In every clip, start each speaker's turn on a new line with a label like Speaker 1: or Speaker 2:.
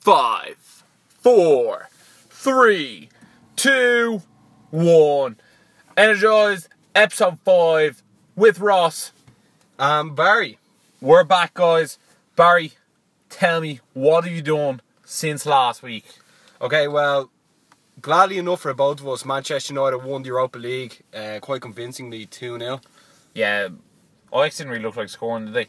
Speaker 1: Five, four, three, two, one. Energize episode five with Ross.
Speaker 2: Um, Barry.
Speaker 1: We're back, guys. Barry, tell me what have you done since last week?
Speaker 2: Okay, well, gladly enough for both of us, Manchester United won the Europa League uh, quite convincingly 2 0.
Speaker 1: Yeah, Ajax didn't really look like scoring today.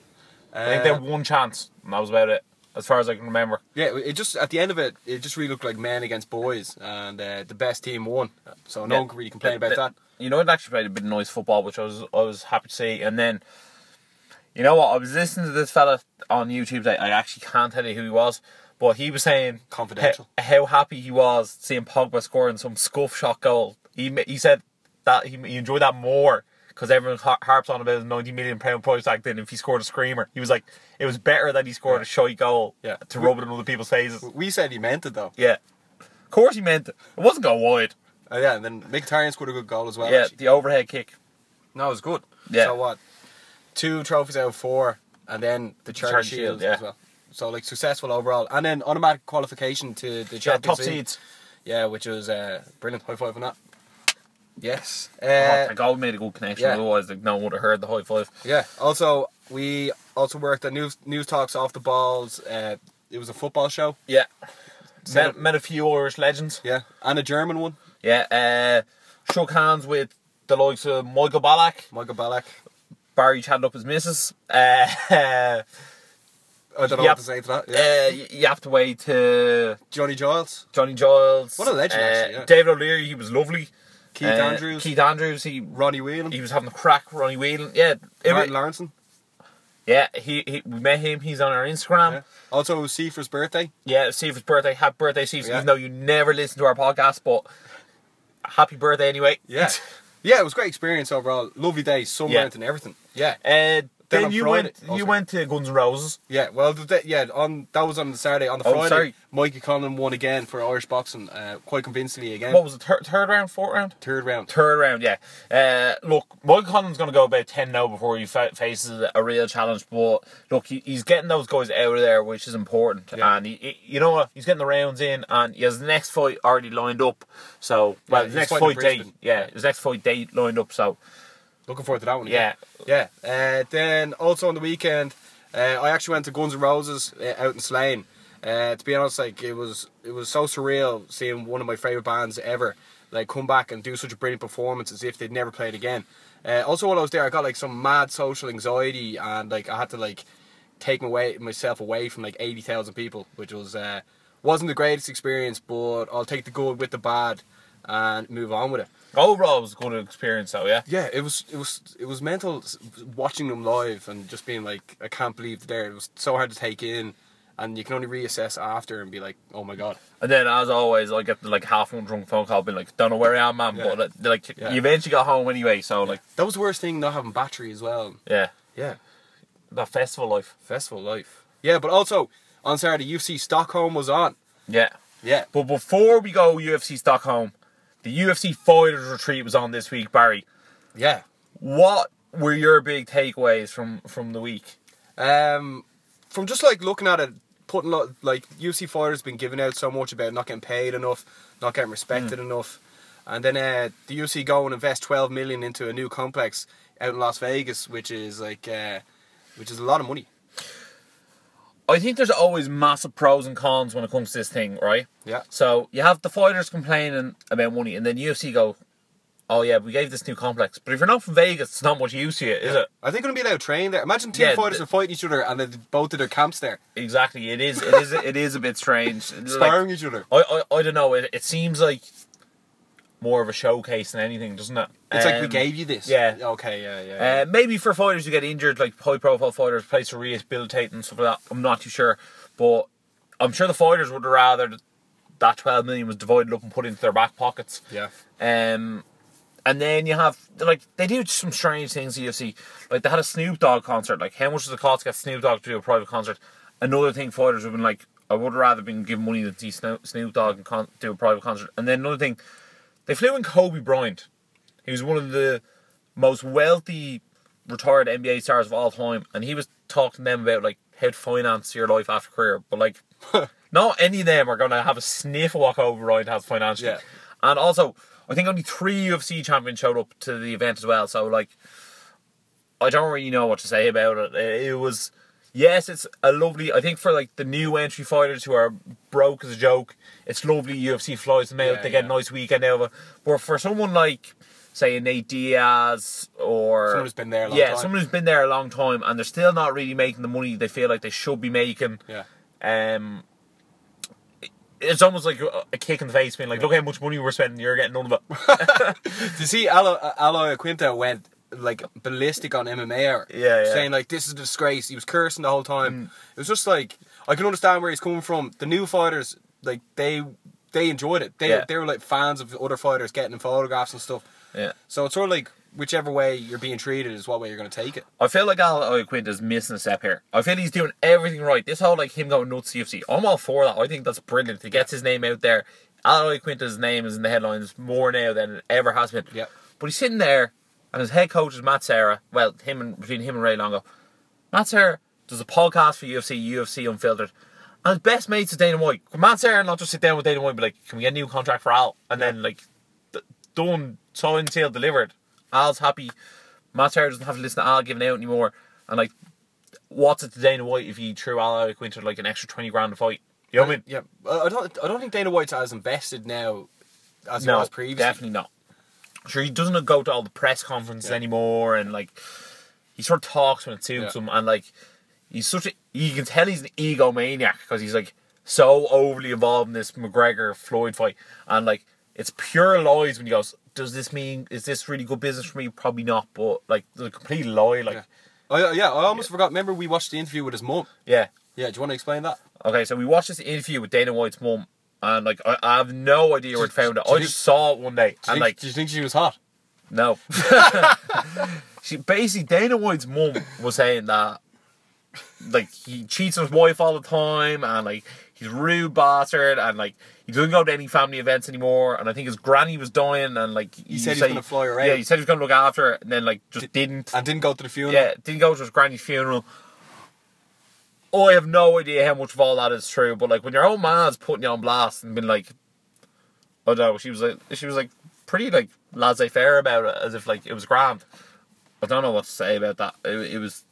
Speaker 1: I
Speaker 2: Uh,
Speaker 1: think they had one chance, and that was about it, as far as I can remember.
Speaker 2: Yeah, it just at the end of it, it just really looked like men against boys, and uh, the best team won. So no
Speaker 1: Yeah.
Speaker 2: one can really complain
Speaker 1: They-
Speaker 2: about that.
Speaker 1: they- You know, it actually played a bit of nice football, which I was I was happy to see. And then, you know what? I was listening to this fella on YouTube today. I actually can't tell you who he was, but he was saying
Speaker 2: Confidential.
Speaker 1: h- how happy he was seeing Pogba scoring some scuff shot goal. He ma- he said that he, he enjoyed that more because everyone har- harps on about his ninety million pound price tag. Then if he scored a screamer, he was like, it was better that he scored a shy goal
Speaker 2: Yeah.
Speaker 1: to rub it in other people's faces.
Speaker 2: We said he meant it though.
Speaker 1: Yeah, of course he meant it. It wasn't going wide.
Speaker 2: Uh, yeah, and then Mkhitaryan scored a good goal as well.
Speaker 1: Yeah,
Speaker 2: actually.
Speaker 1: the overhead kick.
Speaker 2: No, it was good.
Speaker 1: Yeah.
Speaker 2: So what? Two trophies out of four, and then the Charity,
Speaker 1: Charity
Speaker 2: Shield,
Speaker 1: Shield, yeah.
Speaker 2: as well. So like successful overall, and then automatic qualification to the
Speaker 1: top
Speaker 2: Champions League.
Speaker 1: seeds.
Speaker 2: Yeah, which was uh, brilliant. High five on that. Yes.
Speaker 1: Oh,
Speaker 2: Uh,
Speaker 1: thank God we made a good connection.
Speaker 2: yeah.
Speaker 1: Otherwise, like, no one would have heard the high five.
Speaker 2: yeah. Also, we also worked at news news talks off the balls. Uh, it was a football show.
Speaker 1: Yeah.
Speaker 2: Set
Speaker 1: Met,
Speaker 2: up-
Speaker 1: met a few Irish legends.
Speaker 2: Yeah, and a German one,
Speaker 1: Yeah. uh, shook hands with the likes of Michael Ballack.
Speaker 2: Michael Ballack.
Speaker 1: Barry chatted up his missus. Uh, uh,
Speaker 2: I don't
Speaker 1: Yep. Uh,
Speaker 2: know what to say to that. Yeah.
Speaker 1: y- you have to wait to
Speaker 2: Johnny Giles,
Speaker 1: Johnny Giles.
Speaker 2: What a legend,
Speaker 1: uh,
Speaker 2: actually, yeah.
Speaker 1: David O'Leary, he was lovely.
Speaker 2: Keith
Speaker 1: Uh,
Speaker 2: Andrews,
Speaker 1: Keith Andrews, he
Speaker 2: Ronnie Whelan,
Speaker 1: he was having a crack. Ronnie Whelan. Yeah. it
Speaker 2: Martin
Speaker 1: wa-
Speaker 2: Lawrenson.
Speaker 1: yeah, he, he we met him. He's on our Instagram.
Speaker 2: Yeah. Also, it was Seifer's birthday.
Speaker 1: Yeah, Steve's birthday. Happy birthday, Steve.
Speaker 2: Yeah.
Speaker 1: Even though you never listen to our podcast, but happy birthday anyway.
Speaker 2: Yeah. yeah, it was a great experience overall. Lovely day, sun
Speaker 1: Yeah.
Speaker 2: went and everything. Yeah.
Speaker 1: Uh,
Speaker 2: Then
Speaker 1: then
Speaker 2: on
Speaker 1: you
Speaker 2: Friday-
Speaker 1: went.
Speaker 2: Oh,
Speaker 1: you
Speaker 2: sorry.
Speaker 1: went to Guns N' Roses.
Speaker 2: Yeah, well, the day, yeah, on that was on the Saturday. On the
Speaker 1: Oh,
Speaker 2: Friday,
Speaker 1: sorry.
Speaker 2: Mikey Conlon won again for Irish boxing, uh, quite convincingly again.
Speaker 1: What was it? Third, third round, fourth round,
Speaker 2: Third round.
Speaker 1: third round. Yeah. Uh, look, Michael Conlon's going to go about ten now before he fa- faces a real challenge. But look, he, he's getting those guys out of there, which is important.
Speaker 2: Yeah.
Speaker 1: And he, he- you know what? He's getting the rounds in, and he has the next fight already lined up. So, well,
Speaker 2: he's
Speaker 1: his next
Speaker 2: fighting
Speaker 1: fight date.
Speaker 2: Brisbane.
Speaker 1: Yeah, his next fight date lined up. So,
Speaker 2: Looking forward to that one.
Speaker 1: yeah.
Speaker 2: Again. Yeah. Uh, then also on the weekend, uh, I actually went to Guns N' Roses uh, out in Slane. Uh, to be honest, like it was, it was so surreal seeing one of my favorite bands ever like come back and do such a brilliant performance as if they'd never played again. Uh, also, while I was there, I got like some mad social anxiety and like I had to like take my way, myself away from like eighty thousand people, which was uh, wasn't the greatest experience, but I'll take the good with the bad and move on with it.
Speaker 1: Overall, it was a good experience, though. Yeah.
Speaker 2: Yeah, it was it was it was mental s- watching them live and just being like, I can't believe they're there. It was so hard to take in, and you can only reassess after and be like, oh my god.
Speaker 1: And then, as always, I get the, like half one drunk phone call, being like, "Don't know where I am, man."
Speaker 2: Yeah.
Speaker 1: But like, they're like
Speaker 2: Yeah.
Speaker 1: you eventually got home anyway, so like,
Speaker 2: That was the worst thing, not having battery as well.
Speaker 1: yeah,
Speaker 2: Yeah,
Speaker 1: that festival life.
Speaker 2: festival life. Yeah, but also on Saturday, UFC Stockholm was on.
Speaker 1: Yeah.
Speaker 2: Yeah,
Speaker 1: But before we go UFC Stockholm, the UFC Fighters Retreat was on this week, Barry.
Speaker 2: yeah.
Speaker 1: What were your big takeaways from from the week?
Speaker 2: Um, from just like looking at it, putting lot like UFC fighters been giving out so much about not getting paid enough, not getting respected
Speaker 1: Hmm.
Speaker 2: enough, and then uh, the UFC go and invest twelve million into a new complex out in Las Vegas, which is like, uh, which is a lot of money.
Speaker 1: I think there's always massive pros and cons when it comes to this thing, right?
Speaker 2: Yeah.
Speaker 1: So you have the fighters complaining about money, and then UFC go, "Oh yeah, we gave this new complex." But if you're not from Vegas, it's not much use to you, is it?
Speaker 2: Are they going to be allowed to train there? Imagine two
Speaker 1: Yeah,
Speaker 2: fighters
Speaker 1: the-
Speaker 2: are fighting each other and then both of their camps there,
Speaker 1: Exactly. It is. It is. It is a bit strange. Like,
Speaker 2: sparring each other.
Speaker 1: I, I I don't know. It, it seems like more of a showcase than anything, doesn't it?
Speaker 2: It's like we
Speaker 1: Um,
Speaker 2: gave you this.
Speaker 1: yeah.
Speaker 2: Okay. Yeah. Yeah. yeah.
Speaker 1: Uh, maybe for fighters who get injured, like high profile fighters, place to rehabilitate and stuff like that. I'm not too sure, but I'm sure the fighters would rather that- that 12 million was divided up and put into their back pockets.
Speaker 2: yeah.
Speaker 1: Um, and then you have like they do some strange things. You see, like they had a Snoop Dogg concert. Like how much does it cost to get Snoop Dogg to do a private concert? Another thing, fighters have been like, I would rather been given money than see Sno- Snoop Dogg and con- do a private concert. And then another thing, they flew in Kobe Bryant. He was one of the most wealthy retired NBA stars of all time, and he was talking to them about like how to finance your life after career. But like, Not any of them are going to have a sniff of what Kobe Bryant has financially.
Speaker 2: Yeah.
Speaker 1: And also, I think only three UFC champions showed up to the event as well. So, like, I don't really know what to say about it. It, it was, yes, it's a lovely. I think for like the new entry fighters who are broke as a joke, it's lovely. UFC flies them out.
Speaker 2: Yeah,
Speaker 1: they get
Speaker 2: yeah.
Speaker 1: a nice weekend out of it. But for someone like, say, a Nate Diaz or
Speaker 2: Someone who's been there a long
Speaker 1: yeah,
Speaker 2: time.
Speaker 1: someone who's been there a long time, and they're still not really making the money they feel like they should be making.
Speaker 2: Yeah.
Speaker 1: Um, it's almost like a a kick in the face, being like, "Look how much money we're spending. You're getting none of it."
Speaker 2: To see Alo, Aloy Quinta went like ballistic on MMA hour,
Speaker 1: Yeah, Mm. yeah.
Speaker 2: saying like this is a disgrace. He was cursing the whole time. It was just like I can understand where he's coming from. The new fighters, like they they enjoyed it. They
Speaker 1: Yeah.
Speaker 2: they were like fans of other fighters getting them photographs and stuff.
Speaker 1: yeah.
Speaker 2: So it's sort of like whichever way you're being treated is what way you're going to take it.
Speaker 1: I feel like Al Oyaquint is missing a step here. I feel he's doing everything right. This whole like him going nuts UFC, I'm all for that. I think that's brilliant. He gets his name out there. Al Oyaquint's name is in the headlines more now than it ever has been.
Speaker 2: Yeah.
Speaker 1: But he's sitting there, and his head coach is Matt Serra. Well, him and between him and Ray Longo, Matt Serra does a podcast for UFC, UFC Unfiltered. And his best mates is Dana White. Could Matt Serra not just sit down with Dana White and be like, can we get a new contract for Al? And then, like, th- done, signed, sealed, delivered. Al's happy. Matt Serra doesn't have to listen to Al giving out anymore. And, like, what's it to Dana White if he threw Al Quinter like an extra 20 grand a fight? You know what I mean?
Speaker 2: yeah, I I don't I don't think Dana White's as invested now as he
Speaker 1: no,
Speaker 2: was previously.
Speaker 1: definitely not. Sure, he doesn't go to all the press conferences
Speaker 2: Yeah.
Speaker 1: anymore, and like he sort of talks when it suits
Speaker 2: Yeah.
Speaker 1: him, and like he's such a you can tell he's an egomaniac because he's like so overly involved in this McGregor Floyd fight, and like it's pure lies when he goes. Does this mean is this really good business for me? Probably not, but like the complete lie, like
Speaker 2: Yeah. I, yeah, I almost forgot. Remember we watched the interview with his mum.
Speaker 1: yeah.
Speaker 2: Yeah, do you want to explain that?
Speaker 1: Okay, so we watched this interview with Dana White's mum, and like I, I have no idea where it found it.
Speaker 2: do
Speaker 1: I
Speaker 2: you
Speaker 1: just
Speaker 2: think-
Speaker 1: saw it one day,
Speaker 2: Do you,
Speaker 1: and
Speaker 2: think,
Speaker 1: like
Speaker 2: do you think she was hot?
Speaker 1: No. she basically Dana White's mum was saying that like he cheats on his wife all the time and like he's a rude bastard and like he doesn't go to any family events anymore and I think his granny was dying and like he,
Speaker 2: said he was gonna fly her
Speaker 1: Yeah,
Speaker 2: out.
Speaker 1: he said he was gonna look after her and then like just didn't.
Speaker 2: And didn't go to the funeral.
Speaker 1: Yeah, didn't go to his granny's funeral. I have no idea how much of all that is true, but like when your own man's putting you on blast and been like, oh no, she was like, she was like pretty like laissez faire about it, as if like it was grand. I don't know what to say about that. It, it was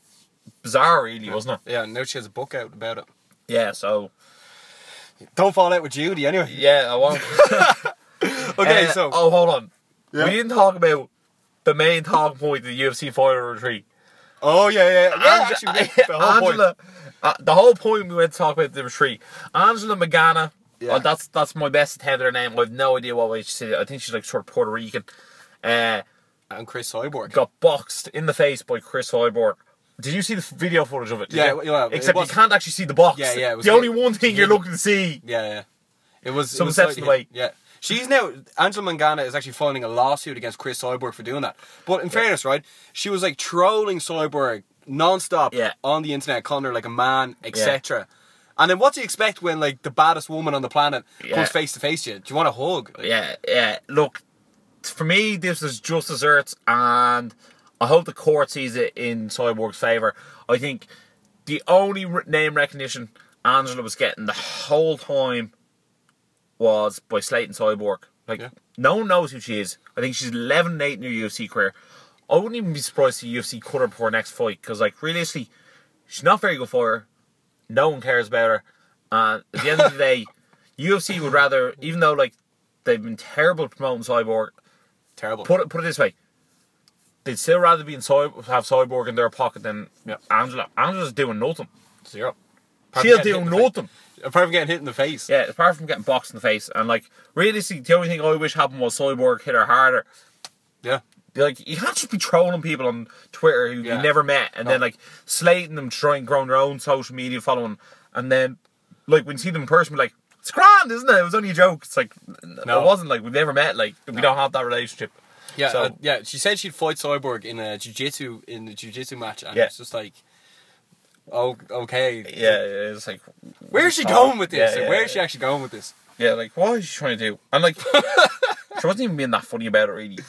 Speaker 1: bizarre, really, wasn't it?
Speaker 2: Yeah, and now she has a book out about it.
Speaker 1: Yeah. So
Speaker 2: Don't fall out with Judy anyway.
Speaker 1: yeah, I won't.
Speaker 2: Okay,
Speaker 1: Uh,
Speaker 2: so
Speaker 1: oh hold on,
Speaker 2: Yeah.
Speaker 1: we didn't talk about the main talking point of the UFC fighter retreat.
Speaker 2: oh yeah, yeah, yeah. actually, we did. the whole point.
Speaker 1: Angela, uh, the whole point we went to talk about the retreat. Angela Magana.
Speaker 2: Yeah.
Speaker 1: uh, that's that's my best attempt at her name. I have no idea what way she said it. I think she's like sort of Puerto Rican. Uh,
Speaker 2: And Chris Cyborg.
Speaker 1: got boxed in the face by Chris Hoiberg. Did you see the f- video footage of it? Did
Speaker 2: Yeah,
Speaker 1: you?
Speaker 2: well, it
Speaker 1: Except you
Speaker 2: was-
Speaker 1: can't actually see the box.
Speaker 2: Yeah, yeah, it was
Speaker 1: the
Speaker 2: like-
Speaker 1: only one thing you're looking to see.
Speaker 2: Yeah, yeah. It was
Speaker 1: Some
Speaker 2: it was
Speaker 1: steps in the
Speaker 2: slightly-
Speaker 1: way.
Speaker 2: Yeah, she's now Angela Mangana is actually filing a lawsuit against Chris Cyborg for doing that. But in fairness, right, she was like trolling Cyborg non-stop
Speaker 1: Yeah.
Speaker 2: on the internet, calling her like a man, etc. And then what do you expect when like the baddest woman on the planet
Speaker 1: Yeah.
Speaker 2: comes face to face to you? Do you want a hug? Like,
Speaker 1: Yeah, yeah. Look, for me, this is just desserts, and I hope the court sees it in Cyborg's favour. I think the only re- name recognition Angela was getting the whole time was by Slayton Cyborg. Like,
Speaker 2: Yeah.
Speaker 1: no one knows who she is. I think she's 11 and 8 in her UFC career. I wouldn't even be surprised if the UFC cut her before her next fight because, like, realistically, she's not very good for her. No one cares about her. And at the end of the day, UFC would rather, even though, like, they've been terrible at promoting Cyborg,
Speaker 2: Terrible.
Speaker 1: put it, put it this way. They'd still rather be in Cy- have Cyborg in their pocket than
Speaker 2: Yeah.
Speaker 1: Angela. Angela's doing nothing.
Speaker 2: Zero.
Speaker 1: She'll
Speaker 2: getting
Speaker 1: do
Speaker 2: hit in the face.
Speaker 1: nothing.
Speaker 2: Apart from getting hit in the face.
Speaker 1: Yeah, apart from getting boxed in the face. And like realistically the only thing I wish happened was Cyborg hit her harder.
Speaker 2: Yeah.
Speaker 1: Like you can't just be trolling people on Twitter who
Speaker 2: Yeah.
Speaker 1: you never met and then
Speaker 2: No.
Speaker 1: like slating them trying to grow their own social media following and then like when you see them in person be like, It's grand, isn't it? It was only a joke. It's like no.
Speaker 2: No.
Speaker 1: it wasn't like we've never met, like we don't have that relationship.
Speaker 2: Yeah,
Speaker 1: So-
Speaker 2: uh, yeah. She said she'd fight Cyborg in a jiu-jitsu in the jiu-jitsu match, and
Speaker 1: Yeah.
Speaker 2: it's just like, oh, okay.
Speaker 1: Yeah, it's like
Speaker 2: Where is she
Speaker 1: Oh,
Speaker 2: going with this?
Speaker 1: yeah,
Speaker 2: Like, where
Speaker 1: yeah,
Speaker 2: is she actually going with this?
Speaker 1: Yeah, like what is she trying to do? And like she wasn't even being that funny about it really.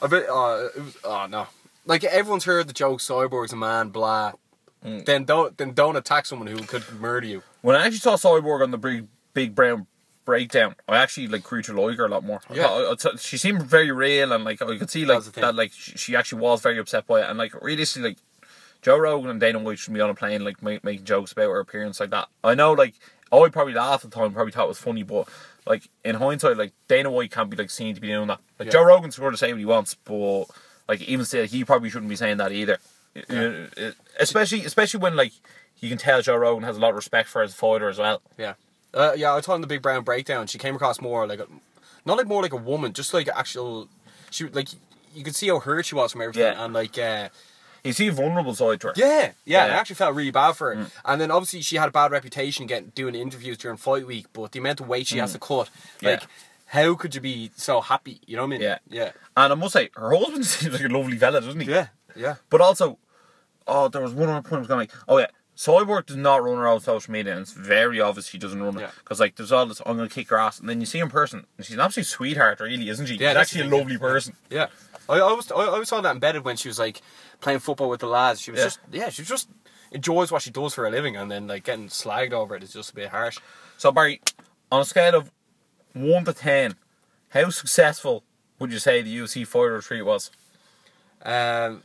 Speaker 2: I bet. Uh, it was, oh no! Like everyone's
Speaker 1: Mm.
Speaker 2: heard the joke, Cyborg's a man, blah. Then don't then don't attack someone who could murder you.
Speaker 1: When I actually saw Cyborg on the big big brown breakdown, I actually like creature Loiger a lot more. I
Speaker 2: Yeah.
Speaker 1: thought- I thought- she seemed very real and like I could see like
Speaker 2: That's the thing.
Speaker 1: that like she she actually was very upset by it and like realistically like Joe Rogan and Dana White should be on a plane like make, making jokes about her appearance like that. I know like I probably laughed at the time, probably thought it was funny, but like in hindsight, like Dana White can't be like seen to be doing that. Like
Speaker 2: Yeah.
Speaker 1: Joe Rogan's going to say what he wants, but like even still, he probably shouldn't be saying that either. You know, it- Especially especially when like you can tell Joe Rogan has a lot of respect for his fighter as well.
Speaker 2: Yeah, uh, yeah. I told him the Big Brown Breakdown. She came across more like, a, not like more like a woman, just like actual. She like you could see how hurt she was from everything,
Speaker 1: Yeah.
Speaker 2: and like uh,
Speaker 1: You see a vulnerable side to her.
Speaker 2: yeah, yeah. and
Speaker 1: Yeah. Mm.
Speaker 2: I actually felt really bad for her. And then obviously she had a bad reputation getting doing interviews during fight week, but the amount of weight she has to cut,
Speaker 1: Mm. Yeah.
Speaker 2: like, how could you be so happy? You know what I mean?
Speaker 1: Yeah.
Speaker 2: yeah,
Speaker 1: And I must say, her husband seems like a lovely fella, doesn't he?
Speaker 2: yeah, yeah.
Speaker 1: But also, oh, there was one other point I was going to make. Oh, yeah. Cyborg does not run her own social media, and it's very obvious she doesn't run it.
Speaker 2: Yeah.
Speaker 1: Because, like, there's all this, I'm going to kick her ass. And then you see her in person, and she's an absolute sweetheart, really, isn't she?
Speaker 2: Yeah,
Speaker 1: she's
Speaker 2: that's
Speaker 1: actually
Speaker 2: the
Speaker 1: a
Speaker 2: thing,
Speaker 1: lovely person.
Speaker 2: Yeah, I, I was I, I was on that embedded when she was like playing football with the lads. She was
Speaker 1: Yeah.
Speaker 2: just yeah, she just enjoys what she does for a living, and then like getting slagged over it is just a bit harsh.
Speaker 1: So, Barry, on a scale of 1 to 10, how successful would you say the UFC fighter retreat was?
Speaker 2: Um,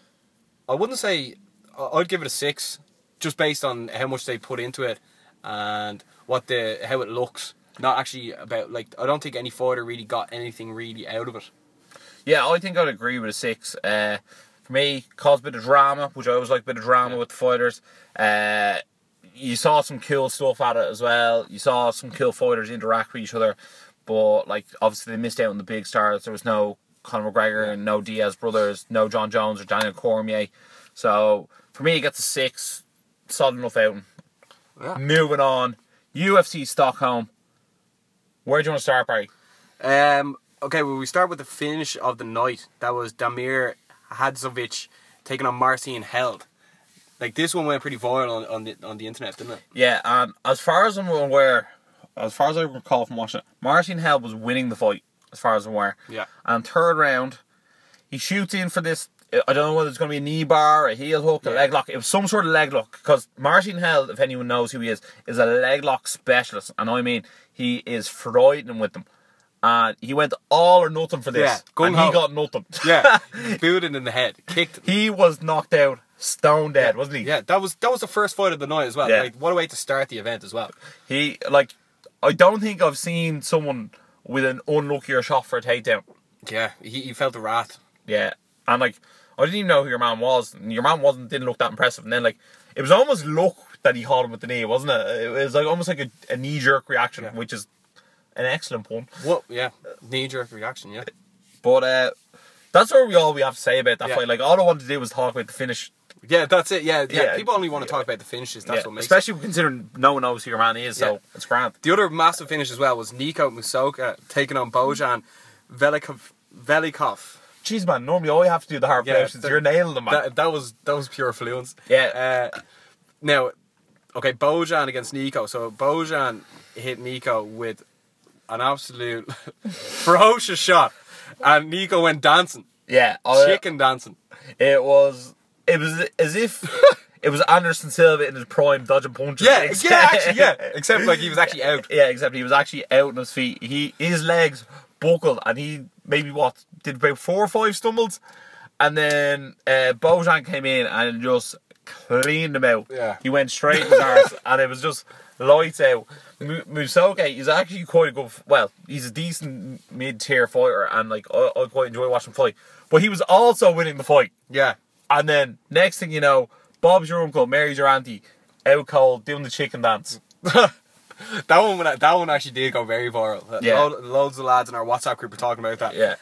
Speaker 2: I wouldn't say I- I'd give it a six, just based on how much they put into it and what the how it looks. Not actually about like I don't think any fighter really got anything really out of it.
Speaker 1: Yeah, I think I'd agree with a six. Uh, for me, caused a bit of drama, which I always like a bit of drama with the fighters. Uh, you saw some cool stuff at it as well. You saw some cool fighters interact with each other, but like obviously they missed out on the big stars. There was no Conor McGregor and no Diaz brothers, no John Jones or Daniel Cormier. So for me, it gets a six. Solid enough outing.
Speaker 2: Yeah.
Speaker 1: Moving on, UFC Stockholm. Where do you want to start, Barry?
Speaker 2: Um, okay, well, we start with the finish of the night. That was Damir Hadzovic taking on Marcin Held. Like this one went pretty viral on, on the on the internet, didn't it?
Speaker 1: Yeah, um, as far as I'm aware, as far as I recall from watching it, Martin Held was winning the fight, as far as I'm aware.
Speaker 2: Yeah.
Speaker 1: And third round, he shoots in for this. I don't know whether it's going to be a knee bar, a heel hook, a
Speaker 2: Yeah.
Speaker 1: leg lock. It was some sort of leg lock because Martin Held, if anyone knows who he is, is a leg lock specialist, and I mean he is frightening with them. And he went all or nothing for this,
Speaker 2: Yeah, gung
Speaker 1: and
Speaker 2: ho.
Speaker 1: he got nothing.
Speaker 2: Yeah, booed it in the head, kicked.
Speaker 1: he was knocked out, stone dead, wasn't he?
Speaker 2: Yeah, that was that was the first fight of the night as well.
Speaker 1: Yeah.
Speaker 2: Like what a way to start the event as well.
Speaker 1: He like, I don't think I've seen someone with an unluckier shot for a takedown.
Speaker 2: Yeah, he, he felt the wrath.
Speaker 1: Yeah, and like, I didn't even know who your man was. And your man wasn't didn't look that impressive. And then like, it was almost luck that he caught him with the knee, wasn't it? It was like almost like a, a knee jerk reaction,
Speaker 2: Yeah.
Speaker 1: which is an excellent one.
Speaker 2: What? Yeah,
Speaker 1: Uh,
Speaker 2: knee jerk reaction. Yeah,
Speaker 1: But uh, that's all we all we have to say about that
Speaker 2: Yeah.
Speaker 1: fight. Like, all I wanted to do was talk about the finish.
Speaker 2: yeah, that's it. Yeah, yeah.
Speaker 1: Yeah.
Speaker 2: People only want to talk about the finishes. That's
Speaker 1: Yeah,
Speaker 2: what makes. it.
Speaker 1: especially considering no one knows who your man is, so
Speaker 2: Yeah.
Speaker 1: it's grand.
Speaker 2: The other massive finish as well was Nico Musoka taking on Bojan Velikov. Velikov.
Speaker 1: Jeez, man, normally all you have to do the hard
Speaker 2: Yeah,
Speaker 1: pronunciations.
Speaker 2: the-
Speaker 1: You're nailing them, man.
Speaker 2: That, that was that was pure fluence.
Speaker 1: Yeah.
Speaker 2: Uh, now, okay, Bojan against Nico. So Bojan hit Nico with an absolute ferocious shot, and Nico went dancing,
Speaker 1: Oh, yeah, I-
Speaker 2: chicken dancing.
Speaker 1: It was it was as if it was Anderson Silva in his prime dodging punches.
Speaker 2: Yeah, yeah, actually, yeah. Except like he was actually out.
Speaker 1: yeah, except he was actually out on his feet. He his legs buckled and he maybe what did about four or five stumbles, and then uh, Bojan came in and just cleaned him out.
Speaker 2: Yeah.
Speaker 1: he went straight to his arse and it was just lights out. M- Musoke is actually quite a good. f- Well, he's a decent mid tier fighter and like I, I quite enjoy watching him fight. But he was also winning the fight.
Speaker 2: Yeah.
Speaker 1: And then next thing you know, Bob's your uncle, Mary's your auntie, out cold doing the chicken dance.
Speaker 2: That one, went- that one actually did go very viral. Uh,
Speaker 1: Yeah.
Speaker 2: lo- loads of lads in our WhatsApp group were talking about that.
Speaker 1: Yeah.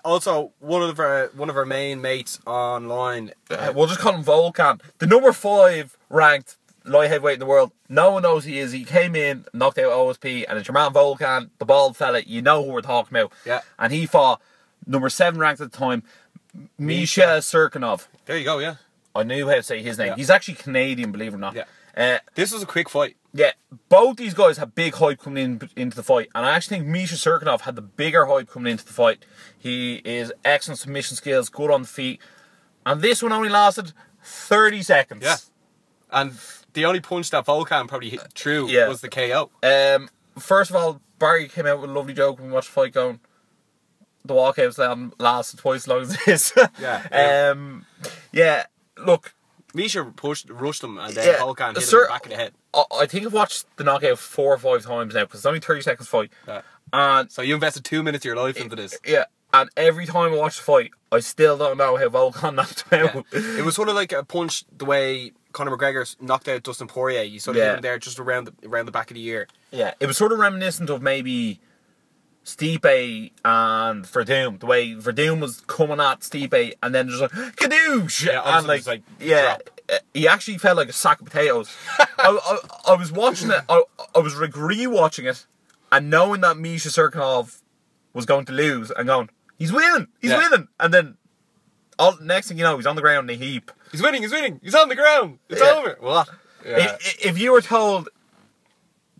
Speaker 2: Uh, also, one of our one of our main mates online.
Speaker 1: Uh, we'll just call him Volkan, the number five ranked light heavyweight in the world. No one knows who he is. He came in, knocked out OSP, and it's your man Volkan, the bald fella. You know who we're talking about.
Speaker 2: Yeah.
Speaker 1: And he fought number seven ranked at the time, Misha Serkinov.
Speaker 2: There you go. Yeah.
Speaker 1: I knew how to say his name.
Speaker 2: Yeah.
Speaker 1: He's actually Canadian, believe it or not.
Speaker 2: Yeah.
Speaker 1: Uh,
Speaker 2: This was a quick fight.
Speaker 1: Yeah, both these guys had big hype coming in into the fight, and I actually think Misha Serkinov had the bigger hype coming into the fight. He is excellent submission skills, good on the feet, and this one only lasted thirty seconds.
Speaker 2: Yeah. And the only punch that Volcan probably hit through
Speaker 1: Yeah.
Speaker 2: was the KO.
Speaker 1: Um, first of all, Barry came out with a lovely joke when we watched the fight going. The walkouts la- lasted twice as long as this.
Speaker 2: Yeah.
Speaker 1: um, yeah. Look,
Speaker 2: Misha pushed, rushed him, and then
Speaker 1: Yeah,
Speaker 2: Volcan hit him
Speaker 1: sir-
Speaker 2: in the back of the head.
Speaker 1: I, I think I've watched the knockout four or five times now because it's only thirty seconds fight,
Speaker 2: Yeah.
Speaker 1: and
Speaker 2: So you invested two minutes of your life into this.
Speaker 1: yeah, and every time I watch the fight, I still don't know how Volkan knocked him
Speaker 2: Yeah.
Speaker 1: out.
Speaker 2: it was sort of like a punch the way Conor McGregor s- knocked out Dustin Poirier. You sort of
Speaker 1: Yeah.
Speaker 2: hit him there just around the, around the back of the ear.
Speaker 1: Yeah, it was sort of reminiscent of maybe Stipe and Verdum, the way Verdum was coming at Stipe and then just like kadoosh,
Speaker 2: Yeah, all
Speaker 1: and
Speaker 2: of a sudden it's like,
Speaker 1: yeah,
Speaker 2: drop.
Speaker 1: uh, he actually felt like a sack of potatoes. I, I, I was watching it, I, I was like re-watching it, and knowing that Misha Serkinov was going to lose, and going, he's winning, he's
Speaker 2: Yeah.
Speaker 1: winning, and then all next thing you know, he's on the ground in a heap.
Speaker 2: He's winning, he's winning, he's on the ground, it's
Speaker 1: Yeah.
Speaker 2: over. What?
Speaker 1: I-
Speaker 2: Yeah.
Speaker 1: i- If you were told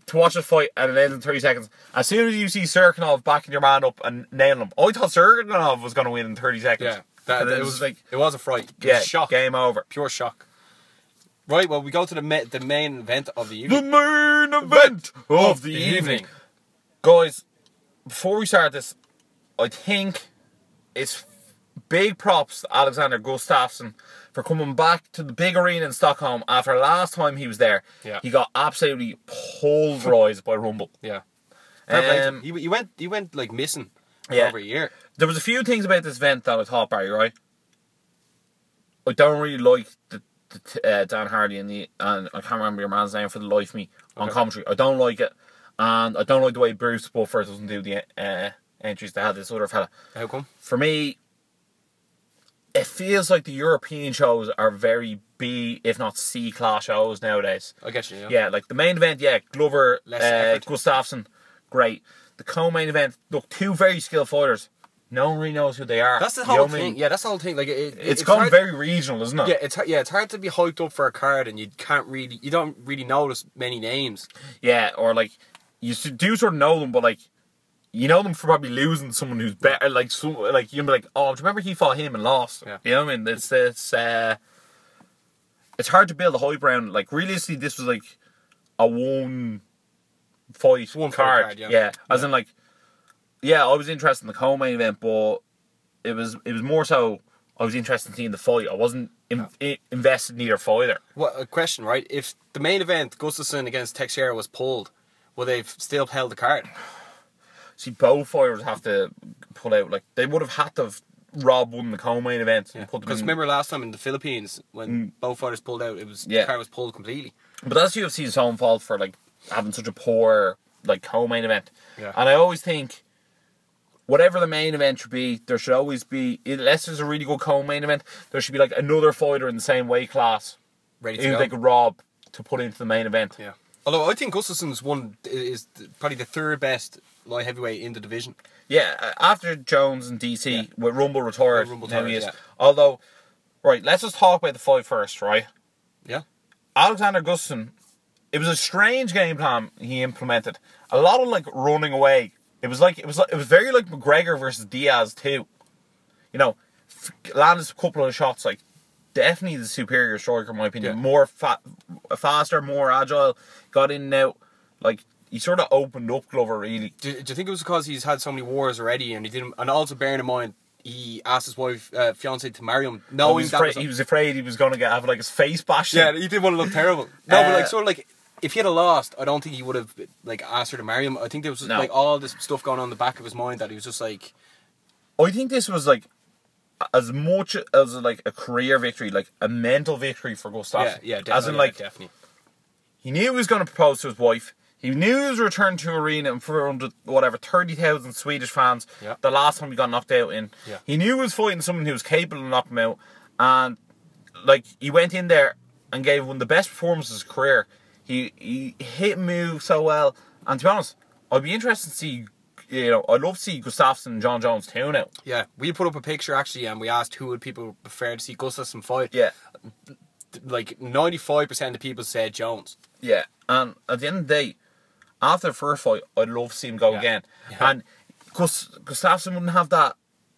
Speaker 1: to watch a fight and it ends in 30 seconds, as soon as you see Serkinov backing your man up and nailing him, I thought Serkinov was going to win in 30 seconds.
Speaker 2: yeah. That,
Speaker 1: And
Speaker 2: it was like it was a fright. It
Speaker 1: yeah,
Speaker 2: was shock.
Speaker 1: game over.
Speaker 2: Pure shock. Right, well, we go to the ma- the main event of the
Speaker 1: The
Speaker 2: evening.
Speaker 1: main event of the evening. Guys, before we start this, I think it's big props to Alexander Gustafsson for coming back to the big arena in Stockholm after last time he was there.
Speaker 2: Yeah.
Speaker 1: He got absolutely pulverized by Rumble.
Speaker 2: Yeah. Fair play to him.
Speaker 1: Um,
Speaker 2: he, he went he went like missing for
Speaker 1: Yeah.
Speaker 2: over a year.
Speaker 1: There was a few things about this event that I thought, Barry, right? I don't really like the, the t- uh, Dan Hardy and the and I can't remember your man's name for the life of me on
Speaker 2: Okay.
Speaker 1: commentary. I don't like it, and I don't like the way Bruce Buffer doesn't do the uh, entries they had this other fella.
Speaker 2: How come?
Speaker 1: For me, it feels like the European shows are very B, if not C class shows nowadays.
Speaker 2: I get you. Yeah.
Speaker 1: Yeah, like the main event, yeah, Glover, uh,
Speaker 2: Less effort.
Speaker 1: Gustafsson, great. The co-main event, look, two very skilled fighters. No one really knows who they are.
Speaker 2: That's the
Speaker 1: You
Speaker 2: whole
Speaker 1: know what I
Speaker 2: thing.
Speaker 1: mean?
Speaker 2: Yeah, that's the whole thing. Like it, it-
Speaker 1: it's gone
Speaker 2: hard-
Speaker 1: very regional, isn't it?
Speaker 2: Yeah, it's yeah, it's hard to be hyped up for a card and you can't really you don't really notice many names.
Speaker 1: Yeah, or like you s- do sort of know them, but like you know them for probably losing someone who's better. Like some, like you'll be like, oh, do you remember he fought him and lost?
Speaker 2: Yeah.
Speaker 1: You know what I mean? It's it's uh, it's hard to build a hype around. Like realistically, this was like a one fight
Speaker 2: One fight
Speaker 1: card.
Speaker 2: card, yeah.
Speaker 1: as in like, yeah, I was interested in the co-main event, but it was it was more so I was interested in seeing the fight. I wasn't in, i- invested in either fighter.
Speaker 2: What a question, right? If the main event Gustafsson against Teixeira was pulled, would they've still held the card?
Speaker 1: See, both fighters have to pull out. Like they would have had to have Rob won the co-main event and put them.
Speaker 2: Because
Speaker 1: in-
Speaker 2: remember last time in the Philippines when both fighters pulled out, it was
Speaker 1: Mm. Yeah.
Speaker 2: the card was pulled completely.
Speaker 1: but that's UFC's own fault for like having such a poor like co-main event.
Speaker 2: Yeah.
Speaker 1: And I always think, whatever the main event should be, there should always be unless there's a really good co-main event, there should be like another fighter in the same weight class
Speaker 2: Ready to
Speaker 1: who
Speaker 2: go.
Speaker 1: they could rob to put into the main event.
Speaker 2: Yeah. Although I think Gustafsson's one is th- probably the third best light heavyweight in the division.
Speaker 1: Yeah, uh, after Jones and DC
Speaker 2: Yeah.
Speaker 1: with Rumble retired,
Speaker 2: Rumble
Speaker 1: now he
Speaker 2: retired,
Speaker 1: is.
Speaker 2: yeah.
Speaker 1: Although, right, let's just talk about the fight first, right?
Speaker 2: Yeah.
Speaker 1: Alexander Gustafsson, it was a strange game plan he implemented. A lot of like running away. It was like it was like, it was very like McGregor versus Diaz too. You know, f- landed a couple of shots like definitely the superior striker in my opinion.
Speaker 2: Yeah.
Speaker 1: More fa- faster, more agile. Got in and out. Like he sort of opened up Glover really.
Speaker 2: Do, do you think it was because he's had so many wars already, and he didn't? And also bearing in mind, he asked his wife, uh, fiance, to marry him,
Speaker 1: I
Speaker 2: knowing
Speaker 1: was
Speaker 2: that.
Speaker 1: Oh, afraid-
Speaker 2: was a-
Speaker 1: he was afraid he was gonna get have like his face bashed. in.
Speaker 2: yeah, he didn't want to look terrible. No,
Speaker 1: Uh,
Speaker 2: but like sort of like if he had a lost, I don't think he would have like asked her to marry him. I think there was
Speaker 1: No.
Speaker 2: like all this stuff going on in the back of his mind that he was just like,
Speaker 1: I think this was like as much as like a career victory, like a mental victory for
Speaker 2: yeah,
Speaker 1: Gustafsson.
Speaker 2: yeah, definitely,
Speaker 1: as in like
Speaker 2: yeah, definitely.
Speaker 1: he knew he was going to propose to his wife. He knew he was returned to arena in front of whatever thirty thousand Swedish fans.
Speaker 2: Yeah.
Speaker 1: The last time he got knocked out in,
Speaker 2: Yeah.
Speaker 1: he knew he was fighting someone who was capable of knocking him out, and like he went in there and gave one of the best performances of his career. He he hit and moved so well, and to be honest, I'd be interested to see. You know, I'd love to see Gustafsson and John Jones tune out.
Speaker 2: Yeah, we put up a picture actually, and we asked who would people prefer to see Gustafsson fight.
Speaker 1: Yeah,
Speaker 2: like ninety five percent of people said Jones.
Speaker 1: Yeah, and at the end of the day, after the first fight, I'd love to see him go
Speaker 2: Yeah.
Speaker 1: again.
Speaker 2: Yeah.
Speaker 1: And Gus- Gustafsson wouldn't have that.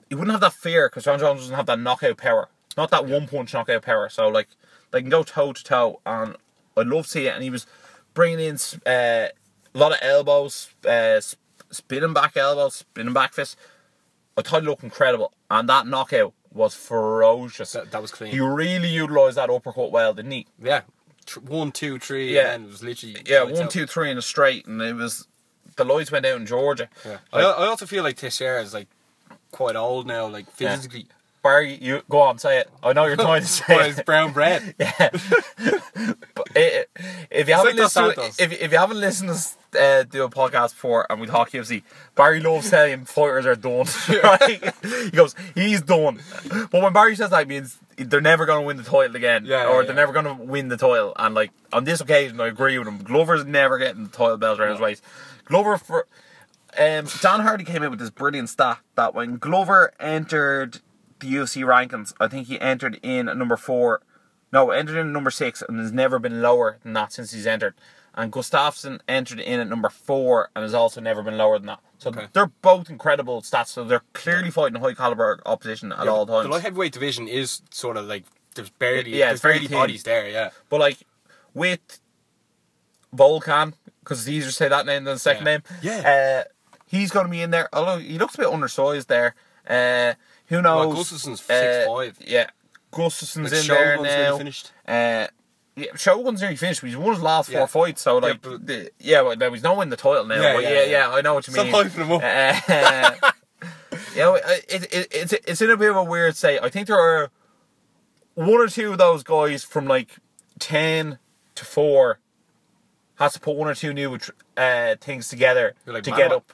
Speaker 1: He wouldn't have that fear because John Jones doesn't have that knockout power. Not that one punch knockout power. So like they can go toe to toe, and I'd love to see it. And he was bringing in uh, a lot of elbows, uh, sp- spinning back elbows, spinning back fists. I thought he looked incredible, and that knockout was ferocious.
Speaker 2: That- that was clean.
Speaker 1: He really utilised that uppercut well, didn't he?
Speaker 2: Yeah. Tr- one, two, three,
Speaker 1: Yeah.
Speaker 2: and then it was literally.
Speaker 1: Yeah,
Speaker 2: lights
Speaker 1: one,
Speaker 2: out.
Speaker 1: two, three in a straight, and it was the lights went out in Georgia. Uh,
Speaker 2: Yeah. I,
Speaker 1: Like,
Speaker 2: I also feel like Teixeira is like quite old now, like physically.
Speaker 1: Barry, you go on, say it. I know you're trying to
Speaker 2: But
Speaker 1: say
Speaker 2: it's
Speaker 1: it.
Speaker 2: brown bread.
Speaker 1: Yeah. but it, if you haven't
Speaker 2: like Dos
Speaker 1: listened,
Speaker 2: Santos.
Speaker 1: to, if, if you haven't listened to us uh, do a podcast before, and we talk UFC, Barry loves telling fighters are done. right? He goes, he's done. But when Barry says that, it means they're never going to win the title again,
Speaker 2: Yeah,
Speaker 1: or
Speaker 2: yeah,
Speaker 1: they're
Speaker 2: yeah.
Speaker 1: never going to win the title. And like on this occasion, I agree with him. Glover's never getting the title belt around his waist. Glover for. Um, Dan Hardy came out with this brilliant stat that when Glover entered the UFC rankings, I think he entered in at number four. No, entered in at number six and has never been lower than that since he's entered. And Gustafsson entered in at number four and has also never been lower than that. So
Speaker 2: Okay.
Speaker 1: they're both incredible stats. So they're clearly fighting high caliber opposition at all
Speaker 2: The
Speaker 1: times.
Speaker 2: light heavyweight division is sort of like there's barely
Speaker 1: Yeah,
Speaker 2: there's
Speaker 1: it's very
Speaker 2: barely
Speaker 1: thin.
Speaker 2: bodies there. Yeah.
Speaker 1: But like with Volkan, because it's easier to say that name than the second
Speaker 2: Yeah.
Speaker 1: name.
Speaker 2: Yeah.
Speaker 1: Uh, he's going to be in there. Although he looks a bit undersized there. Uh, who knows?
Speaker 2: Gustafsson's
Speaker 1: Uh,
Speaker 2: 6'5".
Speaker 1: Yeah, Gustafson's
Speaker 2: Like
Speaker 1: in there
Speaker 2: Shogun's nearly
Speaker 1: now.
Speaker 2: finished.
Speaker 1: Uh, yeah, Shogun's nearly finished. But he's won his last
Speaker 2: Yeah.
Speaker 1: four fights, so like, yeah,
Speaker 2: but-
Speaker 1: the, yeah, well, no, he's not winning the title now.
Speaker 2: Yeah,
Speaker 1: but
Speaker 2: yeah,
Speaker 1: yeah, yeah,
Speaker 2: yeah.
Speaker 1: I know what you
Speaker 2: Stop
Speaker 1: mean.
Speaker 2: hyping him up.
Speaker 1: Uh, yeah, well, I- it, it, it's it's in a bit of a weird state. I think there are one or two of those guys from like ten to four has to put one or two new uh, things together
Speaker 2: You're like
Speaker 1: to
Speaker 2: Manoa.
Speaker 1: get up.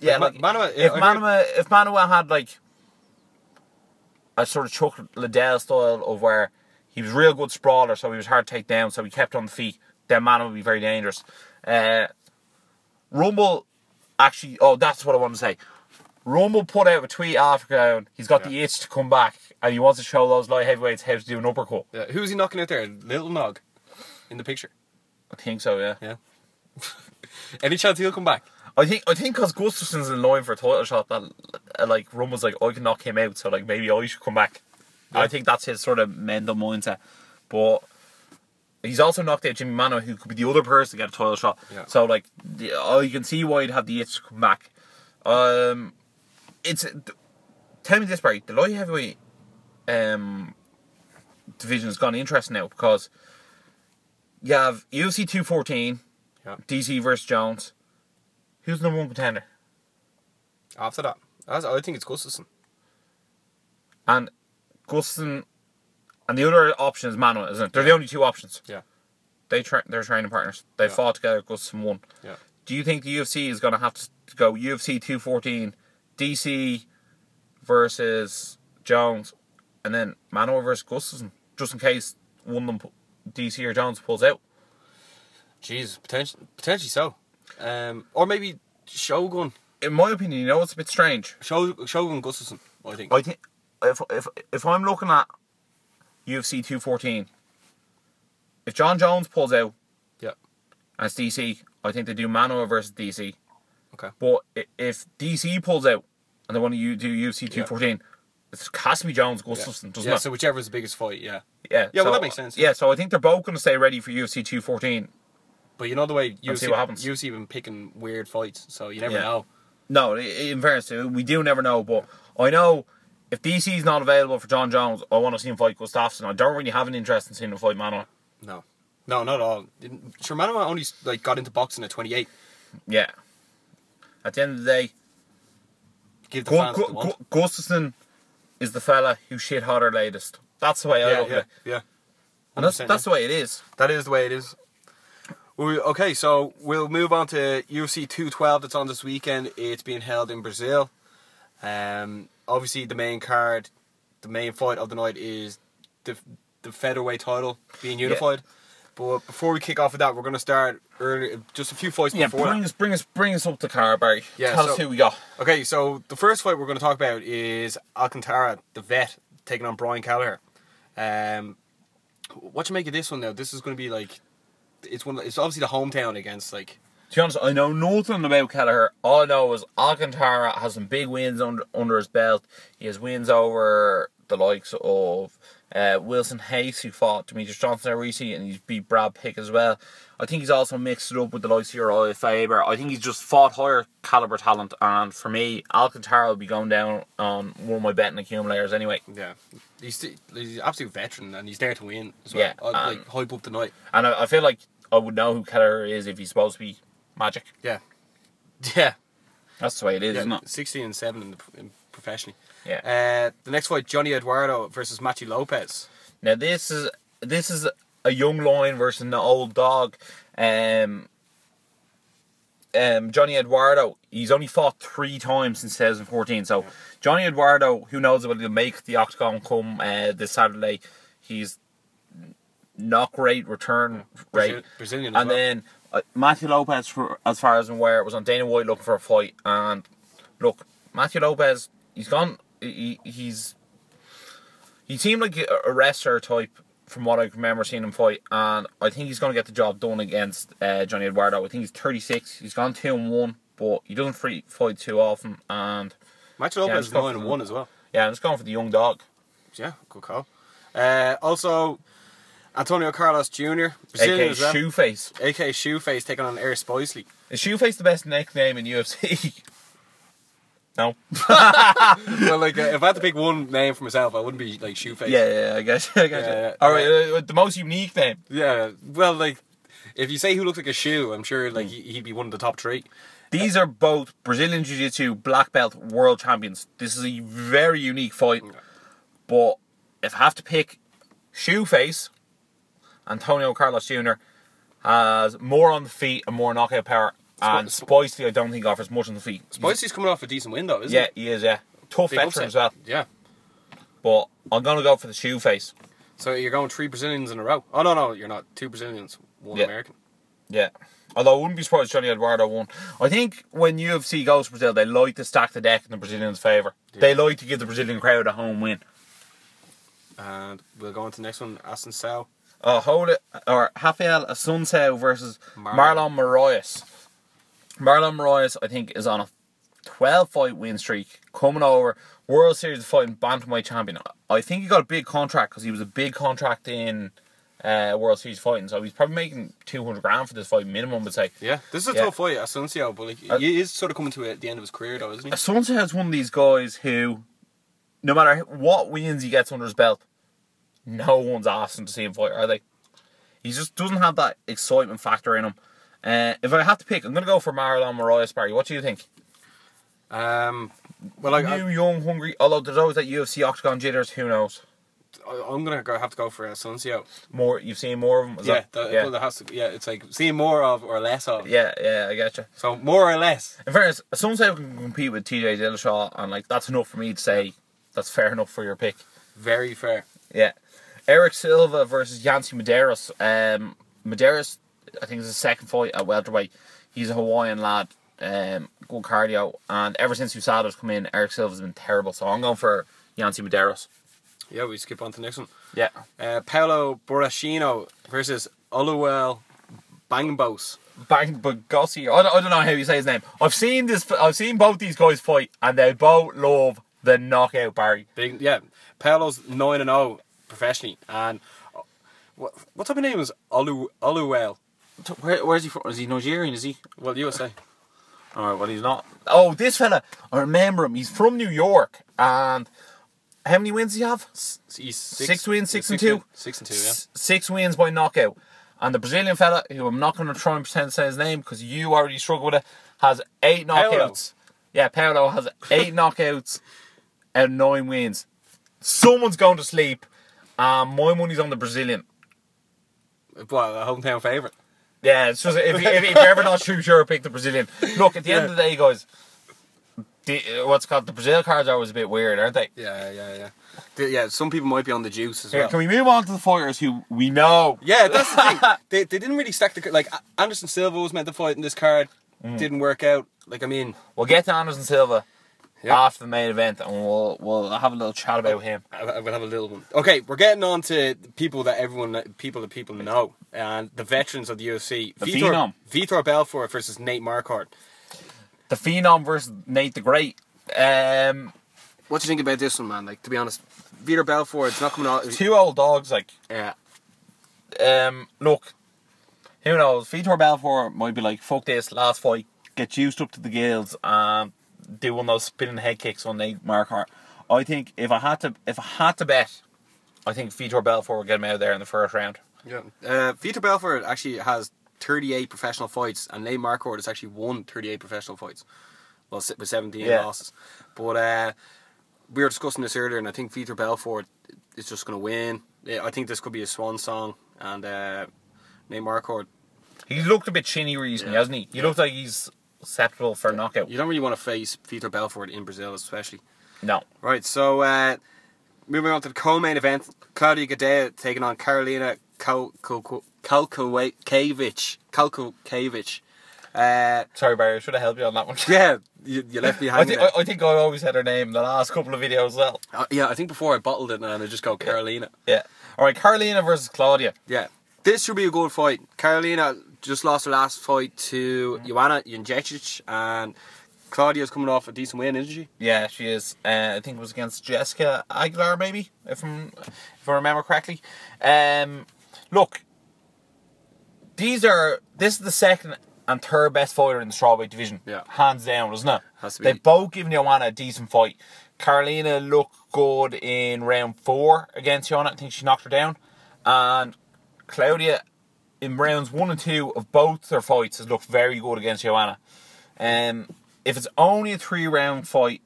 Speaker 1: Yeah,
Speaker 2: Ma-
Speaker 1: like,
Speaker 2: Manoa- yeah,
Speaker 1: if
Speaker 2: I heard-
Speaker 1: Manoa if Manoa had like a sort of Chuck Liddell style of where he was a real good sprawler, so he was hard to take down, so he kept on the feet. Then Manoa would be very dangerous. Uh, Rumble actually, oh, that's what I want to say. Rumble put out a tweet after down. He's got the
Speaker 2: Yeah.
Speaker 1: itch to come back, and he wants to show those light heavyweights how to do an uppercut.
Speaker 2: Yeah. Who's he knocking out there? Little Nog, in the picture.
Speaker 1: I think so, yeah.
Speaker 2: Yeah. Any chance he'll come back?
Speaker 1: I think I think because Gustafson's in line for a title shot, that uh, like Rumble's like I can knock him out, so like maybe I should come back. I think that's his sort of mental mindset. But he's also knocked out Jimmy Mano, who could be the other person to get a title shot.
Speaker 2: Yeah.
Speaker 1: So like, the, I can see why he'd have the itch to come back. Um, it's tell me this, Barry. The light heavyweight um, division has gone interesting now because you have UFC two fourteen,
Speaker 2: Yeah.
Speaker 1: DC versus Jones. Who's the number one contender?
Speaker 2: After that, That's- I think it's Gustafsson.
Speaker 1: And Gustin and the other option is Manuel, isn't it? They're the only two options.
Speaker 2: Yeah.
Speaker 1: They tra- they're training partners. They
Speaker 2: Yeah.
Speaker 1: fought together. Gustin won.
Speaker 2: Yeah.
Speaker 1: Do you think the UFC is going to have to go UFC two fourteen, DC versus Jones, and then Manuel versus Gustafson, just in case one of them, pu- DC or Jones, pulls out?
Speaker 2: Jeez, potentially, potentially so. Um, or maybe Shogun,
Speaker 1: In my opinion, you know, it's a bit strange.
Speaker 2: Shog- Shogun Gustafsson. I think.
Speaker 1: I think if if if I'm looking at UFC two fourteen, if John Jones pulls out,
Speaker 2: yeah.
Speaker 1: and it's DC, I think they do Manoa versus DC.
Speaker 2: Okay.
Speaker 1: But i- if DC pulls out and they want to do UFC 214, it's has to be Jones Gustafson,
Speaker 2: yeah.
Speaker 1: doesn't
Speaker 2: yeah
Speaker 1: it?
Speaker 2: so whichever's the biggest fight, yeah.
Speaker 1: yeah,
Speaker 2: Yeah,
Speaker 1: so,
Speaker 2: well, that makes sense.
Speaker 1: Yeah, so I think they're both going to stay ready for UFC 214.
Speaker 2: But you know the way E UFC,
Speaker 1: see what happens.
Speaker 2: UFC been picking weird fights, so you never
Speaker 1: Yeah.
Speaker 2: know.
Speaker 1: No, i- i- in fairness, uh, we do never know, but I know if DC's not available for John Jones, I want to see him fight Gustafson. I don't really have an interest in seeing him fight Manoa.
Speaker 2: No, no, not at all. Shermanova only like got into boxing at 28.
Speaker 1: Yeah. At the end of the day,
Speaker 2: Give the
Speaker 1: Gu-
Speaker 2: fans what
Speaker 1: Gu-
Speaker 2: they want.
Speaker 1: Gu- Gustafson is the fella who shit hotter latest. That's the way I
Speaker 2: yeah,
Speaker 1: look at
Speaker 2: yeah,
Speaker 1: it.
Speaker 2: yeah.
Speaker 1: And that's
Speaker 2: 100%,
Speaker 1: that's
Speaker 2: yeah.
Speaker 1: the way it is.
Speaker 2: That is the way it is. We, okay, so we'll move on to UFC 212 that's on this weekend. It's being held in Brazil. Um, obviously, the main card, the main fight of the night is the, the featherweight title being unified. But before we kick off with that, we're going to start earlier, just a few fights
Speaker 1: Yeah,
Speaker 2: before
Speaker 1: bring
Speaker 2: that.
Speaker 1: us, bring us, bring us up to car, Barry.
Speaker 2: Yeah,
Speaker 1: Tell
Speaker 2: so-
Speaker 1: us who we got.
Speaker 2: Okay, so the first fight we're going to talk about is Alcantara, the vet, taking on Brian Callagher. Um, what you make of this one now? This is going to be like, it's one. It's obviously the hometown against like
Speaker 1: To be honest, I know nothing about Kelleher. All I know is Alcantara has some big wins under, under his belt. He has wins over the likes of Uh, Wilson Hayes, who fought Demetrius Johnson recently, and he's beat Brad Pick as well. I think he's also mixed it up with the likes of your Oi Faber. I think he's just fought higher caliber talent, and for me, Alcantara will be going down on one of my betting accumulators anyway.
Speaker 2: Yeah, he's th- he's an absolute veteran and he's there to win. So yeah,
Speaker 1: Yeah,
Speaker 2: I'd like
Speaker 1: um,
Speaker 2: hype up the night.
Speaker 1: And I, I feel like I would know who Keller is if he's supposed to be magic.
Speaker 2: Yeah, yeah,
Speaker 1: That's the way it is,
Speaker 2: yeah.
Speaker 1: isn't it?
Speaker 2: Sixteen and seven in the in professionally.
Speaker 1: Yeah.
Speaker 2: Uh, the next fight, Johnny Eduardo versus Machi Lopez.
Speaker 1: Now this is this is a young lion versus an old dog. Um, um, Johnny Eduardo, he's only fought three times since 2014. So Johnny Eduardo, who knows what he'll make the octagon come uh, this Saturday. He's not great return rate.
Speaker 2: Brazil- Brazilian as
Speaker 1: And
Speaker 2: well.
Speaker 1: then uh, Matthew Lopez, for, as far as I'm aware, was on Dana White looking for a fight. And look, Matthew Lopez, he's gone. He, he- he's he seemed like a a wrestler type from what I remember seeing him fight, and I think he's going to get the job done against uh, Johnny Eduardo. I think he's 36. He's gone two and one, but he doesn't free fight too often. And
Speaker 2: Machi
Speaker 1: it's
Speaker 2: Lopez is
Speaker 1: tough,
Speaker 2: nine and
Speaker 1: isn't
Speaker 2: one
Speaker 1: it?
Speaker 2: as well.
Speaker 1: yeah, I'm just going for the young dog.
Speaker 2: Yeah, good call. Uh, also, Antonio Carlos Jr. Brazilian
Speaker 1: AKA
Speaker 2: as well.
Speaker 1: Shoeface.
Speaker 2: AK Shoeface taking on Air Spicely.
Speaker 1: Is Shoeface the best nickname in UFC? no.
Speaker 2: well, like uh, if I had to pick one name for myself, I wouldn't be like Shoeface.
Speaker 1: Yeah, yeah, I guess. I guess.
Speaker 2: Yeah, yeah.
Speaker 1: All right, uh, the most unique name.
Speaker 2: Yeah, well, like if you say who looks like a shoe, I'm sure
Speaker 1: Mm.
Speaker 2: like he- he'd be one of the top three.
Speaker 1: These are both Brazilian Jiu Jitsu black belt world champions. This is a very unique fight. But if I have to pick Shoeface, Antonio Carlos Jr. has more on the feet and more knockout power. And
Speaker 2: Sp-
Speaker 1: Spicely, I don't think, offers much on the feet.
Speaker 2: Spicy's coming off a decent win though, isn't
Speaker 1: yeah,
Speaker 2: it?
Speaker 1: he is, yeah. Tough veteran as well.
Speaker 2: Yeah.
Speaker 1: But I'm going to go for the Shoeface.
Speaker 2: So you're going three Brazilians in a row. Oh no, no, you're not. Two Brazilians, one
Speaker 1: Yeah.
Speaker 2: American.
Speaker 1: Yeah. Although I wouldn't be surprised if Johnny Eduardo won. I think when UFC goes to Brazil, they like to stack the deck in the Brazilians' favour. They like to give the Brazilian crowd a home win.
Speaker 2: And we'll go on to the next one, Aston Sal.
Speaker 1: Uh, Holy, or Rafael Asuncao versus
Speaker 2: Marlon.
Speaker 1: Marlon Moraes. Marlon Moraes, I think, is on a 12 fight win streak, coming over World Series fighting Bantamweight champion. I think he got a big contract because he was a big contract in uh, World Series fighting, so he's probably making 200 grand for this fight minimum, would say.
Speaker 2: Yeah, this is a
Speaker 1: Yeah. Uh,
Speaker 2: tough fight, Asensio, but like he is sort of coming to a, the end of his career though, isn't he?
Speaker 1: Asante has one of these guys who, no matter what wins he gets under his belt, no one's asking to see him fight, are they? He just doesn't have that excitement factor in him. Uh, if I have to pick, I'm going to go for Marlon Moraes, Barry. What do you think?
Speaker 2: Um, well, like,
Speaker 1: New, young, hungry, although there's always that UFC octagon jitters, who knows?
Speaker 2: I, I'm gonna go, have to go for Asensio.
Speaker 1: More, you've seen more of them.
Speaker 2: Yeah, that, yeah. has to, yeah, it's like seeing more of or less of.
Speaker 1: yeah, yeah, I getcha.
Speaker 2: So more or less.
Speaker 1: In fairness, Asante can compete with TJ Dillashaw, and like that's enough for me to say that's fair enough for your pick.
Speaker 2: Very fair.
Speaker 1: Yeah. Eric Silva versus Yancy Medeiros. Um, Medeiros, I think, is his second fight at welterweight. He's a Hawaiian lad, um, good cardio, and ever since USADA's come in, Eric Silva's been terrible. So I'm going for Yancy Medeiros.
Speaker 2: Yeah, we skip on to the next one.
Speaker 1: Yeah.
Speaker 2: Uh, Paolo Borrachino versus Oluwel Bangbos.
Speaker 1: Bang Bugossi. I don't, I don't know how you say his name. I've seen this. I've seen both these guys fight, and they both love the knockout Barry.
Speaker 2: Big, yeah. Paolo's nine and zero professionally, and uh, what what type of name is Olu Oluwel?
Speaker 1: Where, where's he from? Is he Nigerian? Is he?
Speaker 2: Well, USA.
Speaker 1: All right, well, he's not. Oh, this fella, I remember him. He's from New York, and how many wins does he have? S-
Speaker 2: He's six,
Speaker 1: Six, wins, six, and two.
Speaker 2: win- Six and two. Yeah.
Speaker 1: S- six wins by knockout. And the Brazilian fella, who I'm not going to try and pretend to say his name because you already struggled with it, has eight knockouts.
Speaker 2: Paolo.
Speaker 1: Yeah, Paolo has eight knockouts and nine wins. Someone's going to sleep, and my money's on the Brazilian.
Speaker 2: Well, a hometown favorite.
Speaker 1: Yeah, it's just if, you, if, if you're ever not too sure, pick the Brazilian. Look, at the end of the day, guys, the, uh, what's called the Brazil cards are always a bit weird, aren't they?
Speaker 2: Yeah, yeah, yeah. Th- yeah, some people might be on the juice as
Speaker 1: Here,
Speaker 2: well.
Speaker 1: can we move on to the fighters who we know?
Speaker 2: Yeah, that's the thing. They, they didn't really stack the ca- like A- Anderson Silva was meant to fight in this card,
Speaker 1: Mm.
Speaker 2: didn't work out. Like I mean,
Speaker 1: We'll get to Anderson Silva
Speaker 2: Yeah.
Speaker 1: after the main event, and we'll we'll have a little chat about him.
Speaker 2: I, I will have a little one. Okay, we're getting on to the people that everyone, people that people know, and the veterans of the UFC.
Speaker 1: The
Speaker 2: Vitor,
Speaker 1: phenom.
Speaker 2: Vitor Belfort versus Nate Marquardt.
Speaker 1: The Phenom versus Nate the Great. Um,
Speaker 2: What do you think about this one, man? Like, to be honest, Peter Belfort's not coming uh, out.
Speaker 1: Two old dogs, like,
Speaker 2: Yeah,
Speaker 1: um, look, who knows? Vitor Belfort might be like, fuck this, last fight, get used up to the gills, and do one of those spinning head kicks on Nate Markhart. I think if I had to, if I had to bet, I think Vitor Belfort would get him out of there in the first round.
Speaker 2: yeah. Uh, Vitor Belfort actually has 38 professional fights, and Nate Marquardt has actually won 38 professional fights. Well, si- with 17
Speaker 1: Yeah.
Speaker 2: losses. But uh, we were discussing this earlier, and I think Vitor Belfort is just going to win. Yeah, I think this could be a swan song, and uh, Nate Marquardt.
Speaker 1: He's looked a bit chinny recently,
Speaker 2: Yeah.
Speaker 1: hasn't he? He looked like he's susceptible for a knockout.
Speaker 2: You don't really want to face Vitor Belfort in Brazil, especially.
Speaker 1: No.
Speaker 2: Right, so uh, moving on to the co-main event, Claudia Gadea taking on Karolina Kal- Kal- Kal- Kalkawakevich. Kalkawakevich. Uh,
Speaker 1: Sorry, Barry, I should have helped you on that one.
Speaker 2: yeah, you, you left me
Speaker 1: I,
Speaker 2: hanging.
Speaker 1: thi-
Speaker 2: there.
Speaker 1: I, I think I always had her name in the last couple of videos as well.
Speaker 2: Uh, yeah, I think before I bottled it and I just go Carolina.
Speaker 1: Yeah. All right, Carolina versus Claudia.
Speaker 2: Yeah, this should be a good fight. Carolina just lost her last fight to Joanna Janjecic, and Claudia's coming off a decent win, isn't she?
Speaker 1: Yeah, she is. Uh, I think it was against Jessica Aguilar, maybe if I'm, if I remember correctly. Um, look, these are this is the second and third best fighter in the strawweight division.
Speaker 2: Yeah.
Speaker 1: hands down, isn't it?
Speaker 2: Has to be.
Speaker 1: They've both given Joanna a decent fight. Carolina looked good in round four against Joanna. I think she knocked her down, and Claudia in rounds one and two of both their fights has looked very good against Joanna. Um, if it's only a three round fight,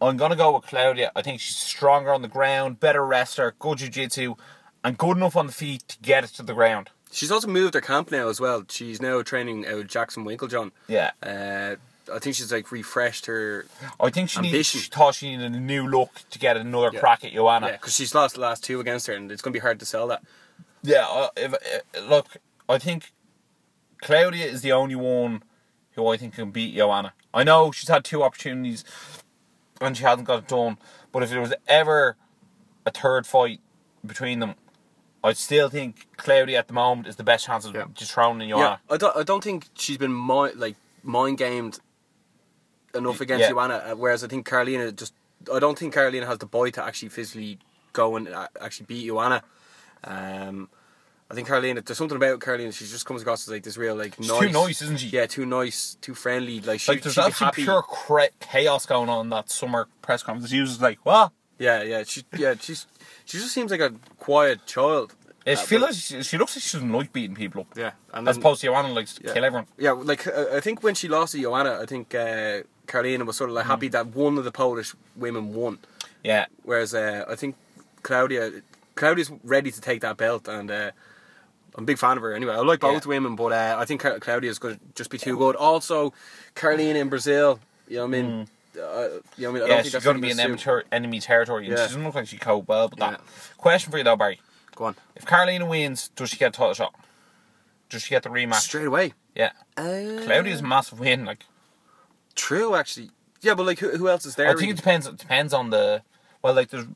Speaker 1: I'm gonna go with Claudia. I think she's stronger on the ground, better wrestler, good jiu-jitsu, and good enough on the feet to get it to the ground.
Speaker 2: She's also moved her camp now as well. She's now training out of Jackson Winklejohn.
Speaker 1: Yeah,
Speaker 2: Uh, I think she's like refreshed her.
Speaker 1: I think she needed,
Speaker 2: Ambition.
Speaker 1: she thought she needed a new look to get another
Speaker 2: Yeah.
Speaker 1: crack at Joanna.
Speaker 2: Yeah, because she's lost the last two against her, and it's going to be hard to sell that.
Speaker 1: Yeah, I, if, uh, look, I think Claudia is the only one who I think can beat Joanna. I know she's had two opportunities and she hasn't got it done, but if there was ever a third fight between them, I still think Claudia at the moment is the best chance of
Speaker 2: Yeah.
Speaker 1: dethroning
Speaker 2: Yeah,
Speaker 1: Joanna.
Speaker 2: I don't. I don't think she's been mi- like mind gamed enough against
Speaker 1: yeah.
Speaker 2: Joanna. uh, Whereas I think Carolina just. I don't think Carolina has the bite to actually physically go and uh, actually beat Joanna. Um, I think Carolina. There's something about Carolina. She just comes across as like this real like
Speaker 1: She's
Speaker 2: nice.
Speaker 1: too nice, isn't she?
Speaker 2: Yeah, too nice, too friendly. Like, she,
Speaker 1: Like, there's
Speaker 2: she'd be
Speaker 1: absolutely
Speaker 2: happy.
Speaker 1: pure cra- chaos going on in that summer press conference. She was like, what?
Speaker 2: Yeah, yeah. She, yeah, she's. She just seems like a quiet child.
Speaker 1: Yeah,
Speaker 2: Uh,
Speaker 1: she, feels
Speaker 2: but-
Speaker 1: like she, she looks like she doesn't like beating people up.
Speaker 2: Yeah, and
Speaker 1: As
Speaker 2: then-
Speaker 1: opposed to Joanna likes to
Speaker 2: Yeah.
Speaker 1: kill everyone.
Speaker 2: Yeah, like uh, I think when she lost to Joanna, I think uh, Karolina was sort of like happy
Speaker 1: Mm.
Speaker 2: that one of the Polish women won,
Speaker 1: Yeah.
Speaker 2: whereas uh, I think Claudia, Claudia's ready to take that belt, and uh, I'm a big fan of her anyway. I like both
Speaker 1: Yeah.
Speaker 2: women, but uh, I think Ca- Claudia's going to just be too good. Also, Carolina in Brazil, you know what I mean? Uh, you know what I mean? I
Speaker 1: Mm. yeah,
Speaker 2: don't think
Speaker 1: she's
Speaker 2: that's
Speaker 1: going to
Speaker 2: gonna
Speaker 1: be in
Speaker 2: suit-
Speaker 1: enemy, ter- enemy territory, and
Speaker 2: Yeah.
Speaker 1: she doesn't look like she coped well with that.
Speaker 2: Yeah.
Speaker 1: Question for you though, Barry:
Speaker 2: Go on
Speaker 1: If Carolina wins, does she get a title shot? Does she get the rematch?
Speaker 2: straight away.
Speaker 1: yeah,
Speaker 2: Uh,
Speaker 1: Claudia's a massive win. Like,
Speaker 2: true, actually. Yeah, but like who, who else is there?
Speaker 1: I think it depends. It depends on the well, like there's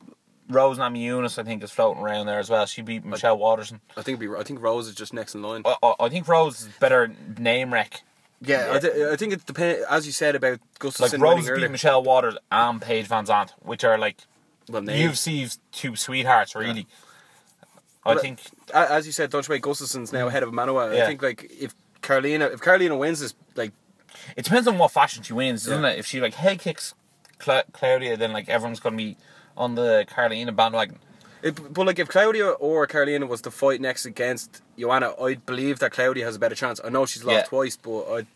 Speaker 1: Rose Namajunas, I think, is floating around there as well. She beat Michelle Watterson.
Speaker 2: I think it'd be, I think Rose is just next in line.
Speaker 1: I, I, I think Rose is better name wreck.
Speaker 2: Yeah,
Speaker 1: Yeah.
Speaker 2: I, thi- I think it depends. As you said about
Speaker 1: Like
Speaker 2: Gustafsson
Speaker 1: Rose
Speaker 2: winning earlier.
Speaker 1: beat Michelle Waters and Paige Van Zandt, which are like
Speaker 2: well,
Speaker 1: the
Speaker 2: names.
Speaker 1: UFC's two sweethearts, really. I
Speaker 2: Well,
Speaker 1: think
Speaker 2: A- as you said, Dutch Way Gustafsson's now head of Manoa.
Speaker 1: Yeah.
Speaker 2: I think like if Carolina, if Carolina wins this, like
Speaker 1: It depends on what fashion she wins, doesn't
Speaker 2: Yeah.
Speaker 1: it? If she like head kicks Cla- Claudia, then like everyone's gonna be on the Carolina bandwagon.
Speaker 2: it, but like if Claudia or Carolina was to fight next against Joanna, I'd believe that Claudia has a better chance. I know she's lost
Speaker 1: Yeah.
Speaker 2: twice, but I.
Speaker 1: Jeez,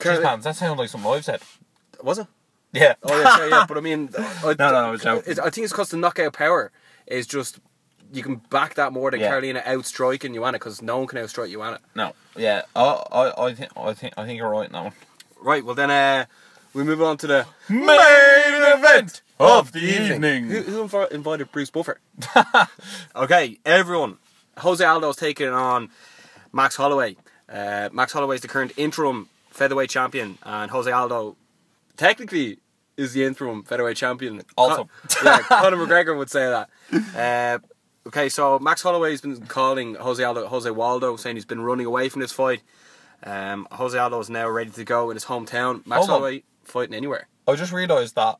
Speaker 2: Carolina,
Speaker 1: pants, that sounds like something I've said.
Speaker 2: was it?
Speaker 1: Yeah.
Speaker 2: Oh yeah, yeah, yeah. But I mean, I,
Speaker 1: No, no, no, it's out.
Speaker 2: I think it's because the knockout power is just you can back that more than
Speaker 1: Yeah.
Speaker 2: Carolina outstriking Joanna because no one can outstrike Joanna.
Speaker 1: No. Yeah. I, I, I think I think I think you're right in that one.
Speaker 2: Right, well then uh, we move on to the
Speaker 1: Main event of the
Speaker 2: Who, who invi- invited Bruce Buffer? okay, everyone. Jose Aldo's taking on Max Holloway. Uh, Max Holloway's the current interim featherweight champion, and Jose Aldo technically is the interim featherweight champion.
Speaker 1: Also.
Speaker 2: Con- yeah, Conor McGregor would say that. Uh, okay, so Max Holloway's been calling Jose Aldo Jose Waldo, saying he's been running away from this fight. Um, Jose Aldo is now ready to go in his hometown. Max
Speaker 1: Hold on.
Speaker 2: Holloway fighting anywhere.
Speaker 1: I just realised that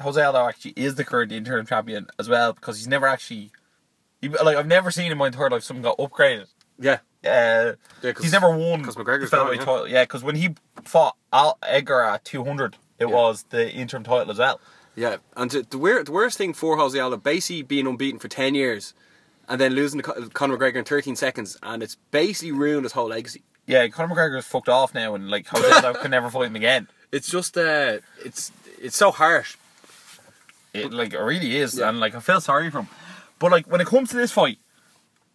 Speaker 1: Jose Aldo actually is the current interim champion as well because he's never actually, he, like I've never seen in my entire life someone got upgraded.
Speaker 2: Yeah.
Speaker 1: Uh,
Speaker 2: Yeah, 'cause-
Speaker 1: he's never won
Speaker 2: 'cause McGregor's
Speaker 1: the featherweight
Speaker 2: gone, yeah.
Speaker 1: title. Yeah, because when he fought Al Edgar at 200, it was the interim title as well.
Speaker 2: Yeah, and the, the, weird, the worst thing for Jose Aldo, basically being unbeaten for 10 years and then losing to Con- Conor McGregor in 13 seconds, and it's basically ruined his whole legacy.
Speaker 1: Yeah, Conor McGregor's fucked off now, and like Jose Aldo can never fight him again.
Speaker 2: It's just, uh, it's it's so harsh.
Speaker 1: It like it really is,
Speaker 2: Yeah.
Speaker 1: and like I feel sorry for him. But like when it comes to this fight,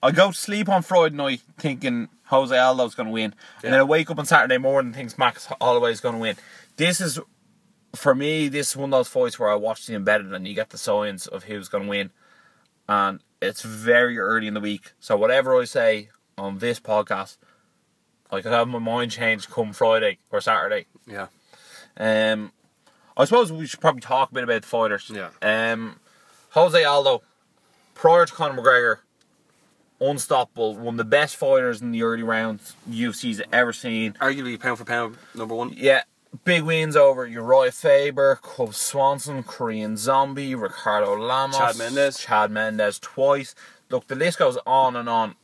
Speaker 1: I go to sleep on Friday night thinking Jose Aldo's going to win,
Speaker 2: Yeah.
Speaker 1: and then I wake up on Saturday morning and thinks Max Holloway's going to win. This is for me. This is one of those fights where I watch the embedded, and you get the signs of who's going to win, and it's very early in the week. So whatever I say on this podcast, I could have my mind changed come Friday or Saturday.
Speaker 2: Yeah.
Speaker 1: Um, I suppose we should probably talk a bit about the fighters.
Speaker 2: Yeah.
Speaker 1: Um, Jose Aldo, prior to Conor McGregor, unstoppable, one of the best fighters in the early rounds UFC's ever seen.
Speaker 2: Arguably pound for pound, number one.
Speaker 1: Yeah, big wins over Uriah Faber, Cub Swanson, Korean Zombie, Ricardo Lamos,
Speaker 2: Chad Mendes.
Speaker 1: Chad Mendes twice. Look, the list goes on and on.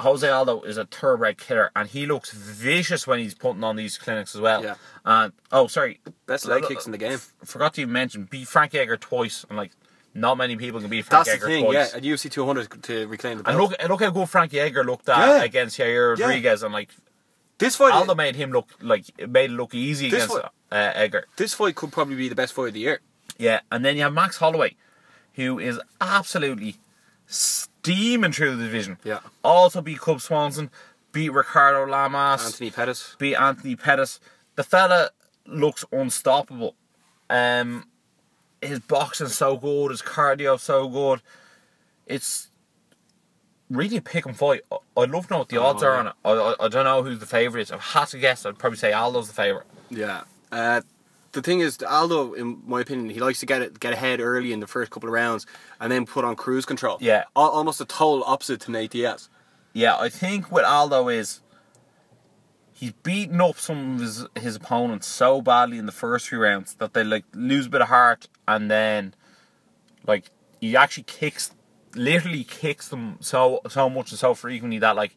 Speaker 1: Jose Aldo is a thoroughbred killer, and he looks vicious when he's putting on these clinics as well.
Speaker 2: Yeah.
Speaker 1: And oh, sorry,
Speaker 2: Best leg kicks in the game.
Speaker 1: f- forgot to even mention beat Frank Edgar twice, and like not many people can beat Frank
Speaker 2: That's the
Speaker 1: Edgar
Speaker 2: thing, yeah,
Speaker 1: twice.
Speaker 2: at UFC 200 to reclaim the belt.
Speaker 1: and look, and look how good Frankie Edgar looked at
Speaker 2: Yeah.
Speaker 1: against Jair
Speaker 2: Yeah.
Speaker 1: Rodriguez, and like
Speaker 2: this fight
Speaker 1: Aldo made him look like it made it look easy
Speaker 2: This
Speaker 1: against
Speaker 2: one-
Speaker 1: uh, Edgar.
Speaker 2: this fight could probably be the best fight of the year.
Speaker 1: Yeah, and then you have Max Holloway, who is absolutely steaming through the division.
Speaker 2: Yeah.
Speaker 1: also beat Cub Swanson, beat Ricardo Lamas,
Speaker 2: Anthony Pettis.
Speaker 1: beat Anthony Pettis. The fella looks unstoppable. Um, his boxing's so good, his cardio so good. It's really a pick and fight. I- I'd love to know what the odds are on it. I, I, I don't know who the favourite is. If I had to guess, I'd probably say Aldo's the favourite.
Speaker 2: Yeah. Uh, the thing is, Aldo, in my opinion, he likes to get it, get ahead early in the first couple of rounds and then put on cruise control.
Speaker 1: Yeah.
Speaker 2: Al- almost a total opposite to Nate Diaz.
Speaker 1: Yeah, I think what Aldo is, he's beaten up some of his, his opponents so badly in the first few rounds that they like lose a bit of heart, and then like he actually kicks, literally kicks them so so much and so frequently that like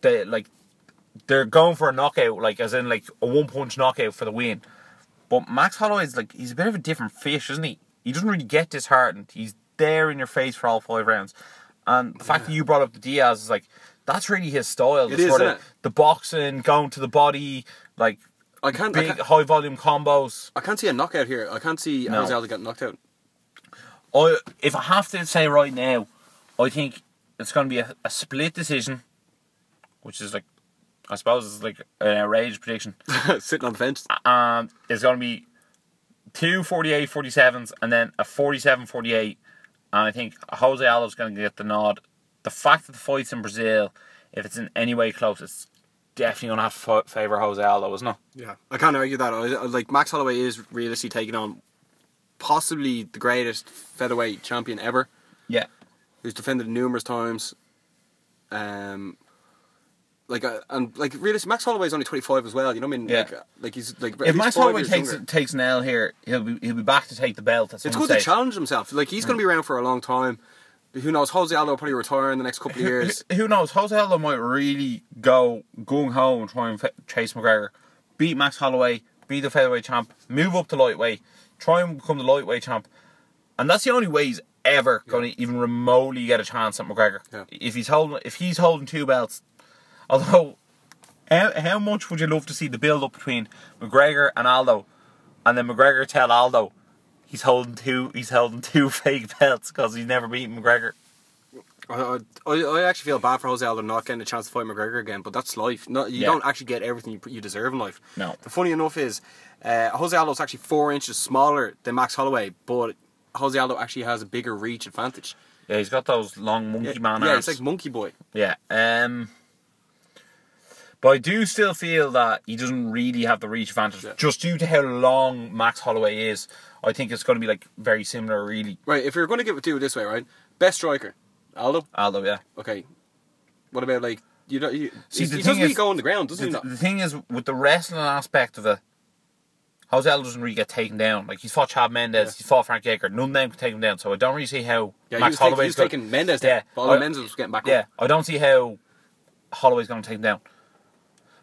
Speaker 1: they like they're going for a knockout, like as in like a one punch knockout for the win. But Max Holloway is like he's a bit of a different fish, isn't he? He doesn't really get disheartened. He's there in your face for all five rounds. And the fact that you brought up the Diaz is like that's really his style.
Speaker 2: It
Speaker 1: the
Speaker 2: is,
Speaker 1: sort
Speaker 2: isn't
Speaker 1: of
Speaker 2: it?
Speaker 1: the boxing, going to the body, like
Speaker 2: I can't, I
Speaker 1: big
Speaker 2: can't,
Speaker 1: high volume combos.
Speaker 2: I can't see a knockout here. I can't see
Speaker 1: No.
Speaker 2: Jose Aldo get knocked out.
Speaker 1: I if I have to say right now, I think it's going to be a, a split decision, which is like I suppose it's like an outrageous prediction.
Speaker 2: Sitting on the fence.
Speaker 1: Ah. and it's going to be two 48 47s and then a 47 48. And I think Jose Aldo's going to get the nod. The fact that the fight's in Brazil, if it's in any way close, it's definitely going to have to fa- favour Jose Aldo, isn't it?
Speaker 2: Yeah. I can't argue that. I, I- like, Max Holloway is realistically taking on possibly the greatest featherweight champion ever,
Speaker 1: Yeah.
Speaker 2: who's defended numerous times. Um, like, uh, and like, realistically, Max Holloway's only 25 as well. You know what I mean?
Speaker 1: Yeah.
Speaker 2: Like, uh, like he's like, at
Speaker 1: If
Speaker 2: least
Speaker 1: Max
Speaker 2: five
Speaker 1: Holloway
Speaker 2: years
Speaker 1: takes,
Speaker 2: younger.
Speaker 1: takes an L here, he'll be, he'll be back to take the belt at some
Speaker 2: It's good
Speaker 1: stage.
Speaker 2: to challenge himself. Like he's
Speaker 1: Mm.
Speaker 2: going to be around for a long time. Who knows? Jose Aldo will probably retire in the next couple of years.
Speaker 1: Who- Who knows? Jose Aldo might really go gung ho and try and fa- chase McGregor, beat Max Holloway, be the featherweight champ, move up to lightweight, try and become the lightweight champ, and that's the only way he's ever going to even remotely get a chance at McGregor.
Speaker 2: Yeah.
Speaker 1: If he's holding, if he's holding two belts, although. How, how much would you love to see the build up between McGregor and Aldo, and then McGregor tell Aldo he's holding two he's holding two fake belts because he's never beaten McGregor.
Speaker 2: I, I, I actually feel bad for Jose Aldo not getting a chance to fight McGregor again, but that's life. No, you
Speaker 1: Yeah.
Speaker 2: don't actually get everything you, you deserve in life.
Speaker 1: No.
Speaker 2: The funny enough is, uh, Jose Aldo's actually four inches smaller than Max Holloway, but Jose Aldo actually has a bigger reach advantage.
Speaker 1: Yeah, he's got those long monkey man
Speaker 2: yeah,
Speaker 1: arms.
Speaker 2: it's like Monkey Boy.
Speaker 1: yeah. Um, but I do still feel that he doesn't really have the reach advantage,
Speaker 2: Yeah.
Speaker 1: just due to how long Max Holloway is. I think it's going to be like very similar, really.
Speaker 2: Right, if you're going to give it to it this way, right? Best striker, Aldo.
Speaker 1: Although, yeah.
Speaker 2: Okay. What about like you? Don't, you
Speaker 1: See,
Speaker 2: he
Speaker 1: the
Speaker 2: doesn't
Speaker 1: thing
Speaker 2: really
Speaker 1: is-
Speaker 2: go on the ground, does
Speaker 1: The,
Speaker 2: he? not?
Speaker 1: the thing is, with the wrestling aspect of it, Jose Aldo doesn't really get taken down. Like he's fought Chad Mendes, he's fought Frank Edgar. None of them can take him down. So I don't really see how
Speaker 2: Yeah,
Speaker 1: Max
Speaker 2: he was, taking, he
Speaker 1: Holloway's
Speaker 2: was
Speaker 1: gonna-
Speaker 2: taking Mendes.
Speaker 1: Yeah,
Speaker 2: Yeah, Paulo
Speaker 1: I-
Speaker 2: Mendes was getting back
Speaker 1: Yeah,
Speaker 2: up.
Speaker 1: I don't see how Holloway's going to take him down.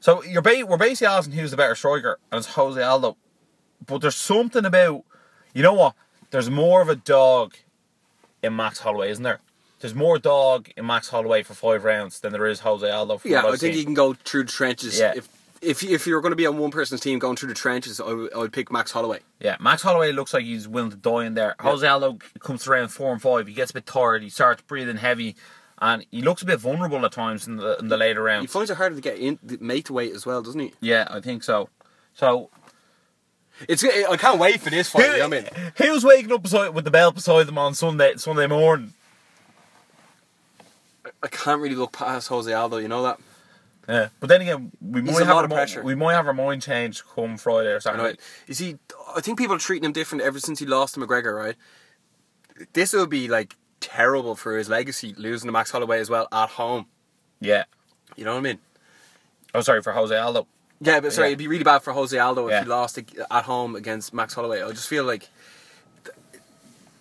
Speaker 1: So you're ba- we're basically asking who's the better striker, and it's Jose Aldo. But there's something about, you know what? There's more of a dog in Max Holloway, isn't there? There's more dog in Max Holloway for five rounds than there is Jose Aldo. For
Speaker 2: Yeah, I think you can go through the trenches.
Speaker 1: Yeah.
Speaker 2: If if if you're going to be on one person's team going through the trenches, I would, I would pick Max Holloway.
Speaker 1: Yeah, Max Holloway looks like he's willing to die in there. Jose Aldo comes to round four and five. He gets a bit tired. He starts breathing heavy, and he looks a bit vulnerable at times in the in the later
Speaker 2: He
Speaker 1: rounds.
Speaker 2: finds it harder to get in to make the weight as well, doesn't he?
Speaker 1: yeah, I think so. So
Speaker 2: It's I can't wait for this fight. I mean,
Speaker 1: He was waking up beside, with the bell beside them on Sunday Sunday morning.
Speaker 2: I can't really look past Jose Aldo. You know that.
Speaker 1: Yeah. But then again, we
Speaker 2: He's
Speaker 1: might
Speaker 2: a
Speaker 1: have
Speaker 2: lot
Speaker 1: our
Speaker 2: of
Speaker 1: mi-
Speaker 2: pressure.
Speaker 1: we might have our mind changed come Friday or
Speaker 2: I
Speaker 1: Saturday.
Speaker 2: know it. You see, I think people are treating him different ever since he lost to McGregor, right? This would be like terrible for his legacy, losing to Max Holloway as well at home.
Speaker 1: Yeah.
Speaker 2: You know what I mean?
Speaker 1: Oh, sorry for Jose Aldo.
Speaker 2: Yeah, but sorry,
Speaker 1: Yeah.
Speaker 2: it'd be really bad for Jose Aldo
Speaker 1: Yeah.
Speaker 2: if he lost ag- at home against Max Holloway. I just feel like th-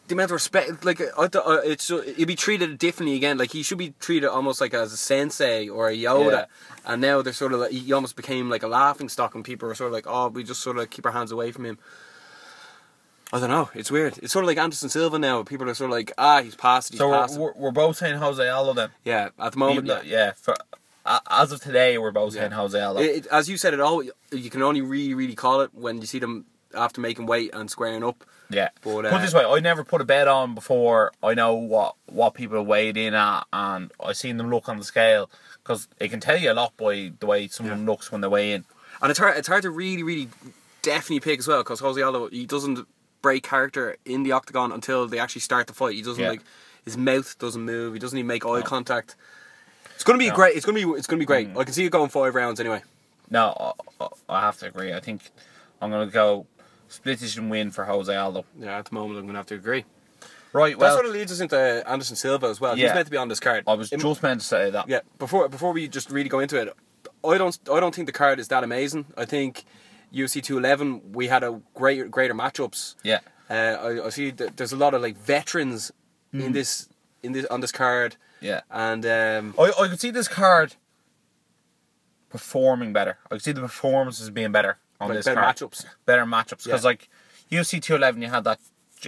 Speaker 2: the amount of respect, like I, th- I, it's, he'd be treated differently again. Like he should be treated almost like as a sensei or a Yoda, and now they're sort of like he almost became like a laughing stock, and people are sort of like, oh, we just sort of keep our hands away from him. I don't know. It's weird. It's sort of like Anderson Silva now. People are sort of like, ah, he's passed. He's
Speaker 1: So
Speaker 2: passed.
Speaker 1: we're, we're, we're both saying Jose Aldo then.
Speaker 2: yeah, at the
Speaker 1: Even
Speaker 2: moment,
Speaker 1: though-
Speaker 2: yeah.
Speaker 1: yeah. For, a as of today, we're both saying
Speaker 2: Yeah.
Speaker 1: Jose Aldo.
Speaker 2: It, it- as you said, it all you can only really, really call it when you see them after making weight and squaring up.
Speaker 1: yeah.
Speaker 2: But,
Speaker 1: put
Speaker 2: uh,
Speaker 1: it this way, I never put a bet on before. I know what what people weighed in at, and I seen them look on the scale because it can tell you a lot by the way someone looks when they weigh in.
Speaker 2: And it's hard, it's hard to really, really definitely pick as well because Jose Aldo he doesn't break character in the octagon until they actually start the fight. He doesn't
Speaker 1: Yeah.
Speaker 2: like his mouth doesn't move. He doesn't even make eye contact. It's gonna be
Speaker 1: No.
Speaker 2: great. It's gonna be it's gonna be great. I can see it going five rounds anyway.
Speaker 1: No, I, I- I have to agree. I think I'm going to go split decision win for Jose Aldo.
Speaker 2: Yeah, at the moment I'm gonna have to agree.
Speaker 1: Right,
Speaker 2: that
Speaker 1: well,
Speaker 2: sort of leads us into Anderson Silva as well.
Speaker 1: Yeah.
Speaker 2: He's meant to be on this card.
Speaker 1: I was
Speaker 2: Im-
Speaker 1: just meant to say that.
Speaker 2: Yeah, before before we just really go into it, I don't I don't think the card is that amazing. I think UFC 211 we had a greater greater matchups.
Speaker 1: Yeah.
Speaker 2: Uh, I, I see that there's a lot of like veterans
Speaker 1: Hmm.
Speaker 2: in this in this on this card.
Speaker 1: Yeah.
Speaker 2: And um,
Speaker 1: I, I could see this card performing better. I could see the performances being better on
Speaker 2: Like
Speaker 1: this
Speaker 2: better
Speaker 1: card.
Speaker 2: matchups.
Speaker 1: Better matchups.
Speaker 2: Yeah.
Speaker 1: Because, like, UFC 211, you had that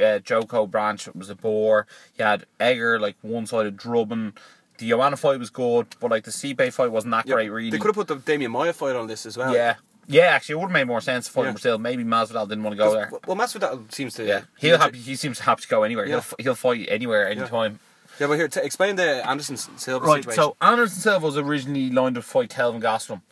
Speaker 1: uh, Joko branch, it was a bore. You had Egger, like, one sided drubbing. The Joanna fight was good, but, like, the Stipe fight wasn't that
Speaker 2: yeah,
Speaker 1: great, really.
Speaker 2: They could have put the Damien Maya fight on this as well.
Speaker 1: yeah. Yeah, actually, it would have made more sense to fight
Speaker 2: Uh, Yeah.
Speaker 1: in Brazil. Maybe Masvidal didn't want to go there.
Speaker 2: Well, well, Masvidal seems to.
Speaker 1: Yeah, he'll happy. He seems happy to go anywhere.
Speaker 2: Yeah.
Speaker 1: He'll f- he'll fight anywhere, anytime.
Speaker 2: Yeah, but here, t- explain the Anderson Silva
Speaker 1: Right.
Speaker 2: situation.
Speaker 1: So Anderson Silva was originally lined up to fight Kelvin Gastelum,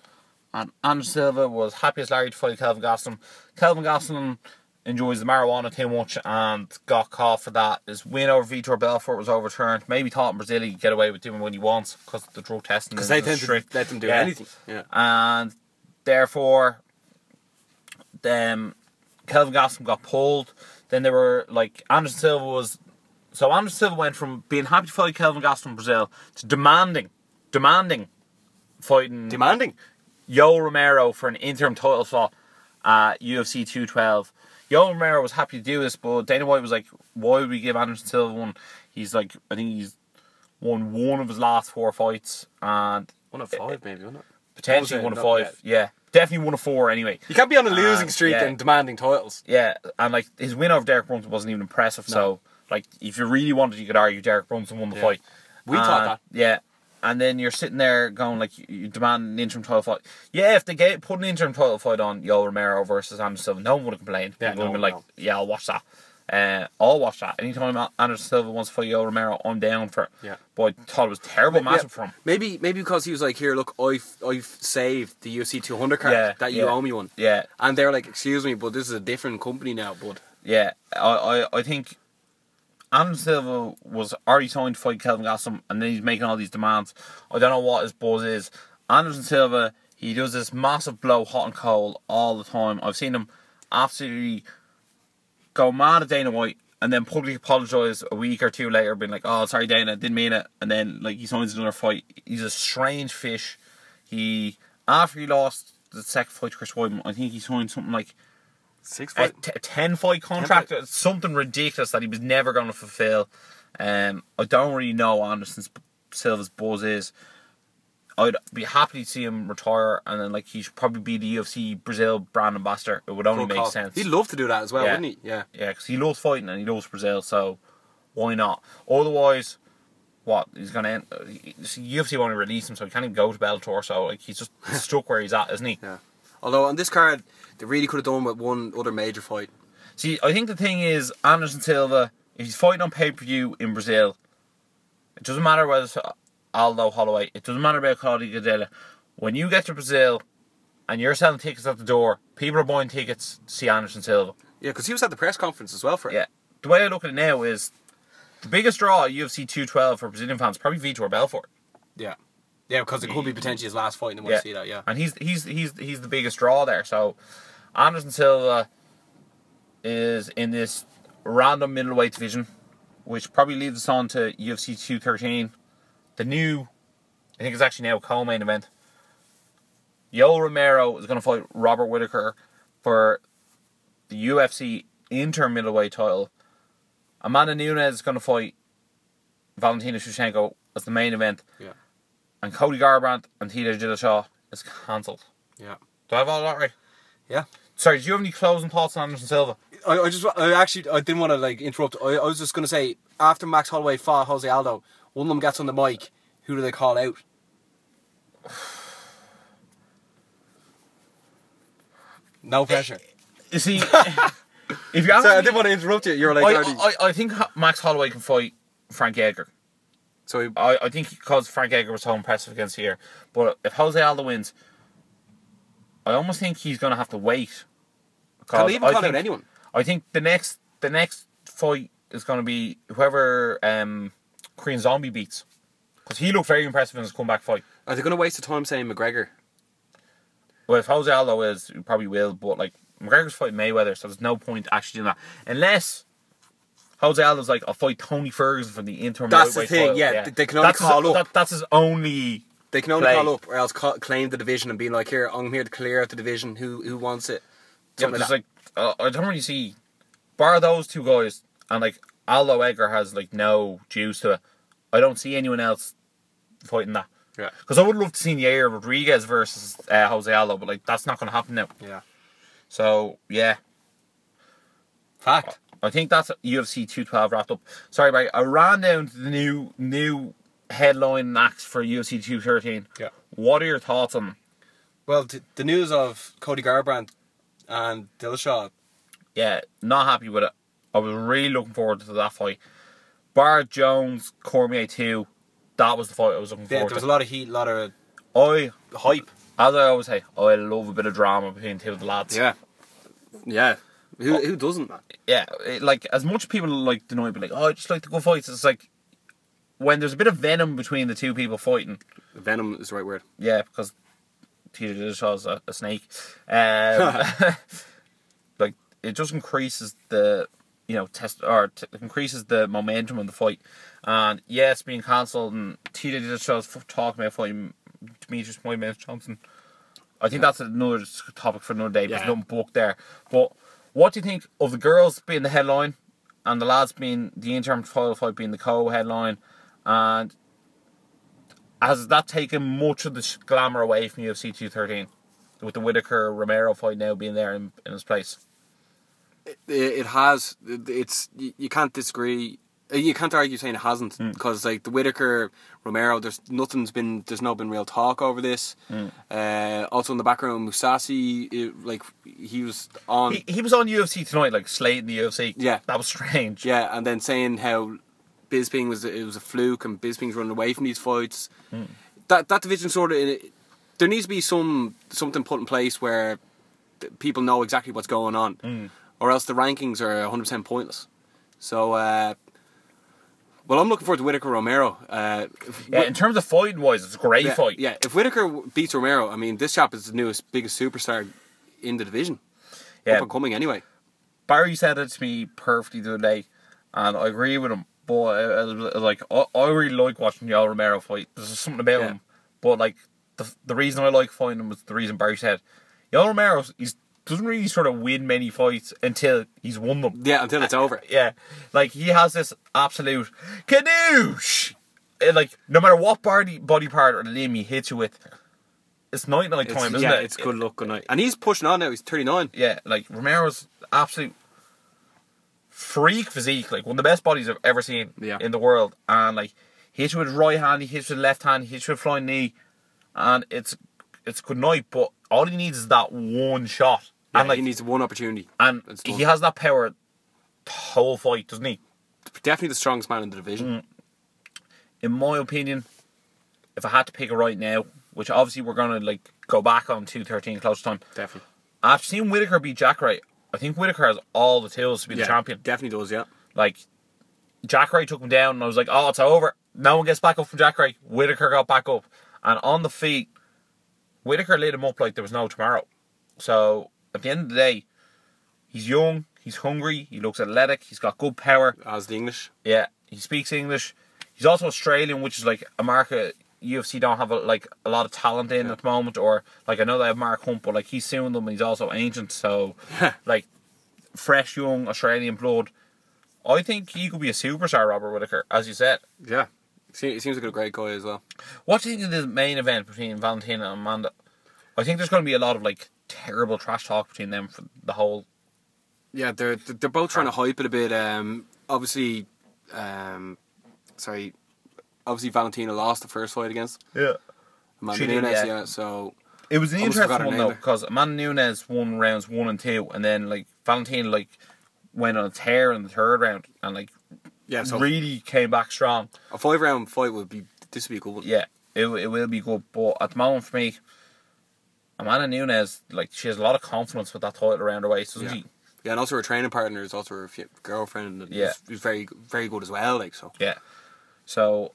Speaker 1: and Anderson Silva was happy as Larry to fight Kelvin Gastelum. Kelvin Gastelum enjoys the marijuana too much and got caught for that. His win over Vitor Belfort was overturned. Maybe thought in Brazil he could get away with doing what he wants because the drug testing. is
Speaker 2: because they
Speaker 1: as
Speaker 2: tend to
Speaker 1: strict.
Speaker 2: let them do
Speaker 1: Yeah.
Speaker 2: anything. Yeah.
Speaker 1: and therefore, um, Kelvin Gaston got pulled. Then there were like Anderson Silva was, so Anderson Silva went from being happy to fight Kelvin Gaston in Brazil to demanding, demanding, fighting
Speaker 2: Demanding.
Speaker 1: Yo Romero for an interim title shot at UFC 212. Yo Romero was happy to do this, but Dana White was like, "Why would we give Anderson Silva one? He's like, I think he's won one of his last four fights and
Speaker 2: One of five, maybe, wasn't it?
Speaker 1: potentially
Speaker 2: Was it?
Speaker 1: one of
Speaker 2: Not
Speaker 1: five. Yeah, definitely one of four. Anyway,
Speaker 2: You can't be on a losing
Speaker 1: Uh,
Speaker 2: streak
Speaker 1: yeah.
Speaker 2: and demanding titles.
Speaker 1: yeah, and like his win over Derek Brunson wasn't even impressive. So like, if you really wanted, you could argue Derek Brunson won the
Speaker 2: Yeah.
Speaker 1: fight.
Speaker 2: We thought
Speaker 1: And-
Speaker 2: that.
Speaker 1: Yeah. And then you're sitting there going like you- you demand an interim title fight. Yeah, if they get put an interim title fight on Yo Romero versus Anderson Silva, no one would have complained.
Speaker 2: Yeah,
Speaker 1: People would
Speaker 2: no
Speaker 1: have been
Speaker 2: one
Speaker 1: like, Yeah, I'll watch that. Uh, I'll watch that. Anytime Al- Anderson Silva wants to fight Yo Romero, I'm down for it.
Speaker 2: Yeah.
Speaker 1: But I thought it was a terrible matchup
Speaker 2: Yeah.
Speaker 1: for him.
Speaker 2: Maybe maybe because he was like, here, look, I've I've saved the UFC 200 card
Speaker 1: Yeah,
Speaker 2: that you
Speaker 1: yeah.
Speaker 2: owe me one,
Speaker 1: Yeah.
Speaker 2: and they're like, excuse me, but this is a different company now, bud.
Speaker 1: Yeah, I, I, I think Adam Silva was already signed to fight Kelvin Gastelum, and then he's making all these demands. I don't know what his buzz is. Anderson Silva, he does this massive blow, hot and cold, all the time. I've seen him absolutely go mad at Dana White, and then publicly apologise a week or two later, being like, "Oh, sorry, Dana, didn't mean it." And then like he signs another fight. He's a strange fish. He after he lost the second fight to Chris Weidman, I think he signed something like
Speaker 2: Six
Speaker 1: a
Speaker 2: foot.
Speaker 1: t- a 10 fight contract, something ridiculous that he was never going to fulfill. Um, I don't really know, Anderson Silva's buzz is. I'd be happy to see him retire, and then like he should probably be the UFC Brazil brand ambassador. It would only
Speaker 2: Full
Speaker 1: make
Speaker 2: call.
Speaker 1: sense.
Speaker 2: He'd love to do that as well,
Speaker 1: Yeah.
Speaker 2: wouldn't he? Yeah.
Speaker 1: Yeah, because he loves fighting and he loves Brazil, so why not? Otherwise, what he's gonna end? uh, he- UFC won't release him, so he can't even go to Bellator. So like he's just stuck where he's at, isn't he?
Speaker 2: Yeah. Although on this card, they really could have done with one other major fight.
Speaker 1: See, I think the thing is Anderson Silva. If he's fighting on pay per view in Brazil, it doesn't matter whether it's Aldo Holloway. It doesn't matter about Claudio Gadella. When you get to Brazil and you're selling tickets at the door, people are buying tickets to see Anderson Silva.
Speaker 2: Yeah, because he was at the press conference as well for it.
Speaker 1: Yeah. The way I look at it now is the biggest draw at UFC 212 for Brazilian fans probably Vitor Belfort.
Speaker 2: Yeah. Yeah, because it could be potentially his last fight and they
Speaker 1: Mm.
Speaker 2: want
Speaker 1: Yeah.
Speaker 2: to see that, yeah.
Speaker 1: And he's he's he's he's the biggest draw there. So Anderson Silva is in this random middleweight division, which probably leads us on to UFC 213, the new I think it's actually now a co-main event. Yo Romero is going to fight Robert Whitaker for the UFC inter middleweight title. Amanda Nunes is going to fight Valentina Shevchenko as the main event,
Speaker 2: Yeah.
Speaker 1: and Cody Garbrandt and Tito Dillashaw is cancelled.
Speaker 2: Yeah.
Speaker 1: Do I have all that right?
Speaker 2: Yeah.
Speaker 1: Sorry, do you have any closing thoughts on Anderson Silva?
Speaker 2: I, I just, I actually, I didn't want to like interrupt. I, I was just going to say, after Max Holloway fought Jose Aldo, one of them gets on the mic. Who do they call out? No pressure.
Speaker 1: You see, if you
Speaker 2: Sorry, I
Speaker 1: ask
Speaker 2: didn't
Speaker 1: me,
Speaker 2: want to interrupt you. You're like,
Speaker 1: I,
Speaker 2: already-
Speaker 1: I, I think Max Holloway can fight Frank Edgar.
Speaker 2: so he-
Speaker 1: I, I think because Frank Edgar was so impressive against here. But if Jose Aldo wins, I almost think he's going to have to wait. Because
Speaker 2: can they even call out
Speaker 1: think-
Speaker 2: anyone?
Speaker 1: I think the next the next fight is going to be whoever um, Korean Zombie beats. Because he looked very impressive in his comeback fight.
Speaker 2: Are they going to waste the time saying McGregor?
Speaker 1: Well, if Jose Aldo is, he probably will. But like McGregor's fighting Mayweather, so there's no point actually doing that unless Jose Aldo's like, I'll fight Tony Ferguson for the interim.
Speaker 2: That's the
Speaker 1: lightweight
Speaker 2: thing,
Speaker 1: title."
Speaker 2: yeah, th- they can only
Speaker 1: that's his-
Speaker 2: call up.
Speaker 1: that- that's his only.
Speaker 2: They can only
Speaker 1: Play.
Speaker 2: call up or else ca- claim the division and be like, here, I'm here to clear out the division. Who who wants it?
Speaker 1: Yeah,
Speaker 2: Something
Speaker 1: just
Speaker 2: like
Speaker 1: like uh, I don't really see, bar those two guys, and like Aldo Edgar has like no juice to it. I don't see anyone else fighting that.
Speaker 2: Yeah.
Speaker 1: Because I would love to see Yair Rodriguez versus uh, Jose Aldo, but like that's not going to happen now.
Speaker 2: that. Yeah.
Speaker 1: So yeah,
Speaker 2: Fact.
Speaker 1: I think that's UFC 212 wrapped up. Sorry, Barry, I ran down to the new new headline acts for UFC 213.
Speaker 2: Yeah.
Speaker 1: What are your thoughts on? them?
Speaker 2: Well, t- the news of Cody Garbrandt and Dillashaw.
Speaker 1: Yeah, not happy with it. I was really looking forward to that fight. Bar Jones Cormier 2. That was the fight I was looking
Speaker 2: Yeah, there
Speaker 1: forward
Speaker 2: was a
Speaker 1: to.
Speaker 2: lot of heat, a lot of
Speaker 1: I,
Speaker 2: hype.
Speaker 1: as I always say, I love a bit of drama between two of the lads.
Speaker 2: Yeah. Who who doesn't? Man?
Speaker 1: yeah, it, like as much people like deny, but like, oh, I just like the good fights. It's like when there's a bit of venom between the two people fighting.
Speaker 2: Venom is the right word.
Speaker 1: Yeah, because Peter Dillashaw's a, a snake. Um, like it just increases the you know test or t- increases the momentum of the fight. And yeah, it's being cancelled. And Peter Dillashaw's f- talking about fighting Demetrius Moyman Johnson. I think that's another s- topic for another day. There's
Speaker 2: Yeah.
Speaker 1: nothing booked there. But what do you think of the girls being the headline and the lads being the interim title fight being the co-headline and has that taken much of the sh- glamour away from UFC 213 with the Whitaker Romero fight now being there in, in its place?
Speaker 2: It, it has. It- It's you, you can't disagree. uh, You can't argue saying it hasn't because like the Whitaker Romero, there's nothing's been there's no been real talk over this. Uh, also in the background, Musasi, it, like he was on.
Speaker 1: He, he was on UFC tonight, like slating the UFC.
Speaker 2: Um, Yeah.
Speaker 1: that was strange.
Speaker 2: Yeah, and then saying how Bisping was it was a fluke and Bisping's running away from these fights.
Speaker 1: Hmm.
Speaker 2: That that division sort of there needs to be some something put in place where th- people know exactly what's going on,
Speaker 1: Hmm.
Speaker 2: or else the rankings are 100 percent pointless. So, uh, well, I'm looking forward to Whitaker Romero. Uh, if-
Speaker 1: Yeah, in terms of fighting wise, it's a great
Speaker 2: yeah,
Speaker 1: fight.
Speaker 2: yeah, if Whitaker w- beats Romero, I mean, this chap is the newest, biggest superstar in the division,
Speaker 1: Yeah.
Speaker 2: up and coming anyway.
Speaker 1: Barry said it to me perfectly the other day, and I agree with him. But uh, uh, like, I, I really like watching Yoel Romero fight. There's just something about
Speaker 2: Yeah.
Speaker 1: him. But like, the the reason I like fighting him was the reason Barry said. Yoel Romero, he's doesn't really sort of win many fights until he's won them.
Speaker 2: Yeah, until it's over.
Speaker 1: Yeah, like he has this absolute canoosh. And, Like no matter what body body part or limb he hits you with, it's night night
Speaker 2: It's,
Speaker 1: time, isn't
Speaker 2: yeah,
Speaker 1: it?
Speaker 2: it's good luck, good night. And he's pushing on now. He's 39.
Speaker 1: yeah, like Romero's absolute freak physique, like one of the best bodies I've ever seen
Speaker 2: Yeah.
Speaker 1: in the world. And like he hits you with right hand, he hits you with left hand, he hits you with flying knee, and it's it's good night. But all he needs is that one shot,
Speaker 2: and
Speaker 1: and like
Speaker 2: he needs one opportunity.
Speaker 1: and
Speaker 2: It's done.
Speaker 1: he has that power the whole fight, doesn't he?
Speaker 2: Definitely the strongest man in the division.
Speaker 1: In my opinion, if I had to pick a right now, which obviously we're gonna like go back on two thirteen close time,
Speaker 2: Definitely.
Speaker 1: I've seen Whitaker beat Jack Wright. I think Whitaker has all the tools to be the champion.
Speaker 2: Definitely does, yeah.
Speaker 1: Like Jack Wright took him down, and I was like, "Oh, it's over." No one gets back up from Jack Wright. Whitaker got back up, and on the feet, Whitaker laid him up like there was no tomorrow. So at the end of the day, he's young, he's hungry, he looks athletic, he's got good power.
Speaker 2: As the English.
Speaker 1: Yeah, he speaks English. He's also Australian, which is like a market UFC don't have a, like a lot of talent in at the moment. Or like I know they have Mark Hunt, but like he's suing them, and he's also ancient. So like fresh young Australian blood. I think he could be a superstar, Robert Whitaker, as you said.
Speaker 2: Yeah. Se- He seems like a great guy as well.
Speaker 1: What do you think of the main event between Valentina and Amanda? I think there's going to be a lot of like terrible trash talk between them for the whole.
Speaker 2: Yeah, they're they're they're both trying to hype it a bit. Um, obviously, um, sorry, obviously Valentina lost the first fight against
Speaker 1: Yeah.
Speaker 2: Amanda
Speaker 1: She did,
Speaker 2: Nunes.
Speaker 1: yeah.
Speaker 2: Yeah. so
Speaker 1: It was an
Speaker 2: Almost
Speaker 1: interesting
Speaker 2: forgot her
Speaker 1: one
Speaker 2: name
Speaker 1: though
Speaker 2: there.
Speaker 1: because Amanda Nunes won rounds one and two, and then like Valentina like went on a tear in the third round and like
Speaker 2: yeah, so
Speaker 1: really came back strong.
Speaker 2: a five round fight would be this would be a good one.
Speaker 1: Yeah, it it will be good, but at the moment for me, Amanda Nunes like she has a lot of confidence with that title around her waist, doesn't
Speaker 2: Yeah.
Speaker 1: she?
Speaker 2: Yeah, and also her training partner is also her f- girlfriend. And
Speaker 1: Yeah.
Speaker 2: yeah, who's very very good as well. Like so,
Speaker 1: Yeah. So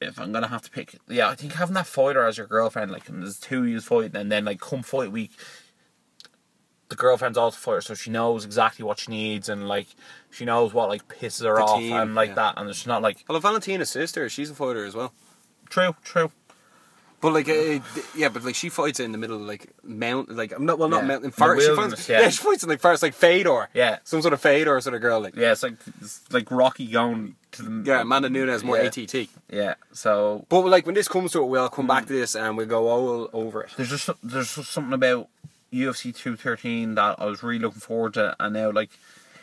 Speaker 1: if I'm gonna have to pick, yeah, I think having that fighter as your girlfriend, like, and there's two years fighting, and then like come fight week, the girlfriend's also a fighter, so she knows exactly what she needs, and like she knows what like pisses her
Speaker 2: The
Speaker 1: off
Speaker 2: team,
Speaker 1: and like
Speaker 2: yeah.
Speaker 1: that, and it's not like
Speaker 2: although Valentina's sister, she's a fighter as well.
Speaker 1: true, true.
Speaker 2: But like, uh, th- yeah, but like she fights in the middle of like mount, like I'm not well, not
Speaker 1: Yeah.
Speaker 2: mountain,
Speaker 1: In the
Speaker 2: forest. She
Speaker 1: wilderness,
Speaker 2: fights,
Speaker 1: yeah.
Speaker 2: yeah. she fights in like forest, like Fedor,
Speaker 1: Yeah.
Speaker 2: some sort of Fedor sort of girl, like yeah,
Speaker 1: Yeah, it's like it's like Rocky going to the
Speaker 2: Amanda Nunes more
Speaker 1: Yeah.
Speaker 2: ATT.
Speaker 1: yeah. So
Speaker 2: But like when this comes to it, we'll come back to this and we'll go all over it.
Speaker 1: there's just there's just something about UFC 213 that I was really looking forward to, and now like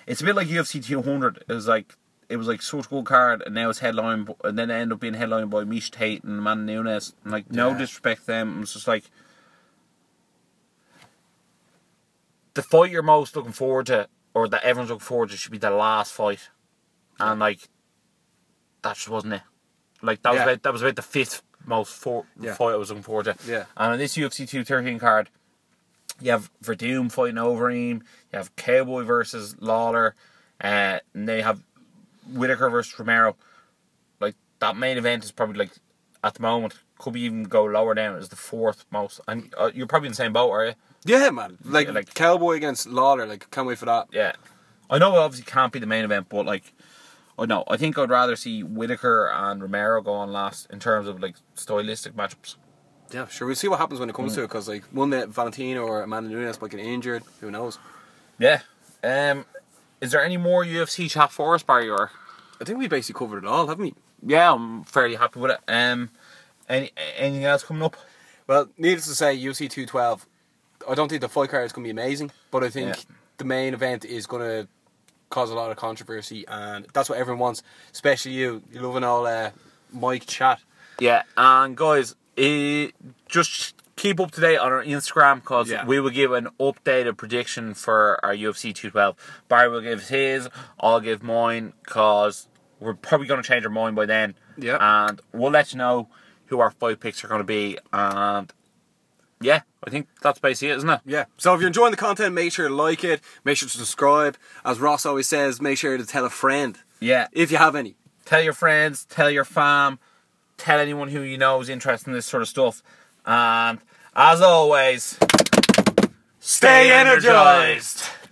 Speaker 1: it's a bit like UFC 200. It was like it was like such a good card, and now it's headlined, b- and then it ended up being headlined by Misha Tate and Amanda Nunes. And, like no
Speaker 2: Yeah.
Speaker 1: disrespect to them, it's just like the fight you're most looking forward to, or that everyone's looking forward to, should be the last fight, and like that just wasn't it. Like that
Speaker 2: Yeah.
Speaker 1: was about that was about the fifth most for,
Speaker 2: Yeah.
Speaker 1: fight I was looking forward to.
Speaker 2: Yeah.
Speaker 1: And on this UFC 213 card, you have Verdum fighting Overeem, you have Cowboy versus Lawler, uh, and they have Whitaker versus Romero. Like that main event is probably like at the moment could be even go lower down as the fourth most. And uh, you're probably in the same boat, are you?
Speaker 2: Yeah, man, like,
Speaker 1: Yeah, like-
Speaker 2: Cowboy against Lawler, like can't wait for that.
Speaker 1: Yeah. I know it obviously can't be the main event, but like, I know I think I'd rather see Whitaker and Romero go on last in terms of like stylistic matchups.
Speaker 2: Yeah, sure, we'll see what happens when it comes to it because like one that Valentina or Amanda Nunes might get injured, who knows?
Speaker 1: Yeah. Um, is there any more UFC chat for us, Barry? Or
Speaker 2: I think we basically covered it all, haven't we?
Speaker 1: yeah, I'm fairly happy with it. Um, any anything else coming up?
Speaker 2: Well, needless to say, UC two twelve. I don't think the fight card is going to be amazing, but I think
Speaker 1: Yeah.
Speaker 2: the main event is going to cause a lot of controversy, and that's what everyone wants, especially you. You loving all uh, Mike chat.
Speaker 1: Yeah, and guys, eh, just keep up to date on our Instagram because
Speaker 2: Yeah.
Speaker 1: we will give an updated prediction for our UFC 212. Barry will give his, I'll give mine because we're probably going to change our mind by then.
Speaker 2: Yeah.
Speaker 1: And we'll let you know who our five picks are going to be. And yeah, I think that's basically it, isn't it?
Speaker 2: Yeah. So if you're enjoying the content, make sure to like it. Make sure to subscribe. As Ross always says, make sure to tell a friend
Speaker 1: Yeah.
Speaker 2: if you have any.
Speaker 1: tell your friends, tell your fam, tell anyone who you know is interested in this sort of stuff. And as always, stay,
Speaker 2: energized.
Speaker 1: energized.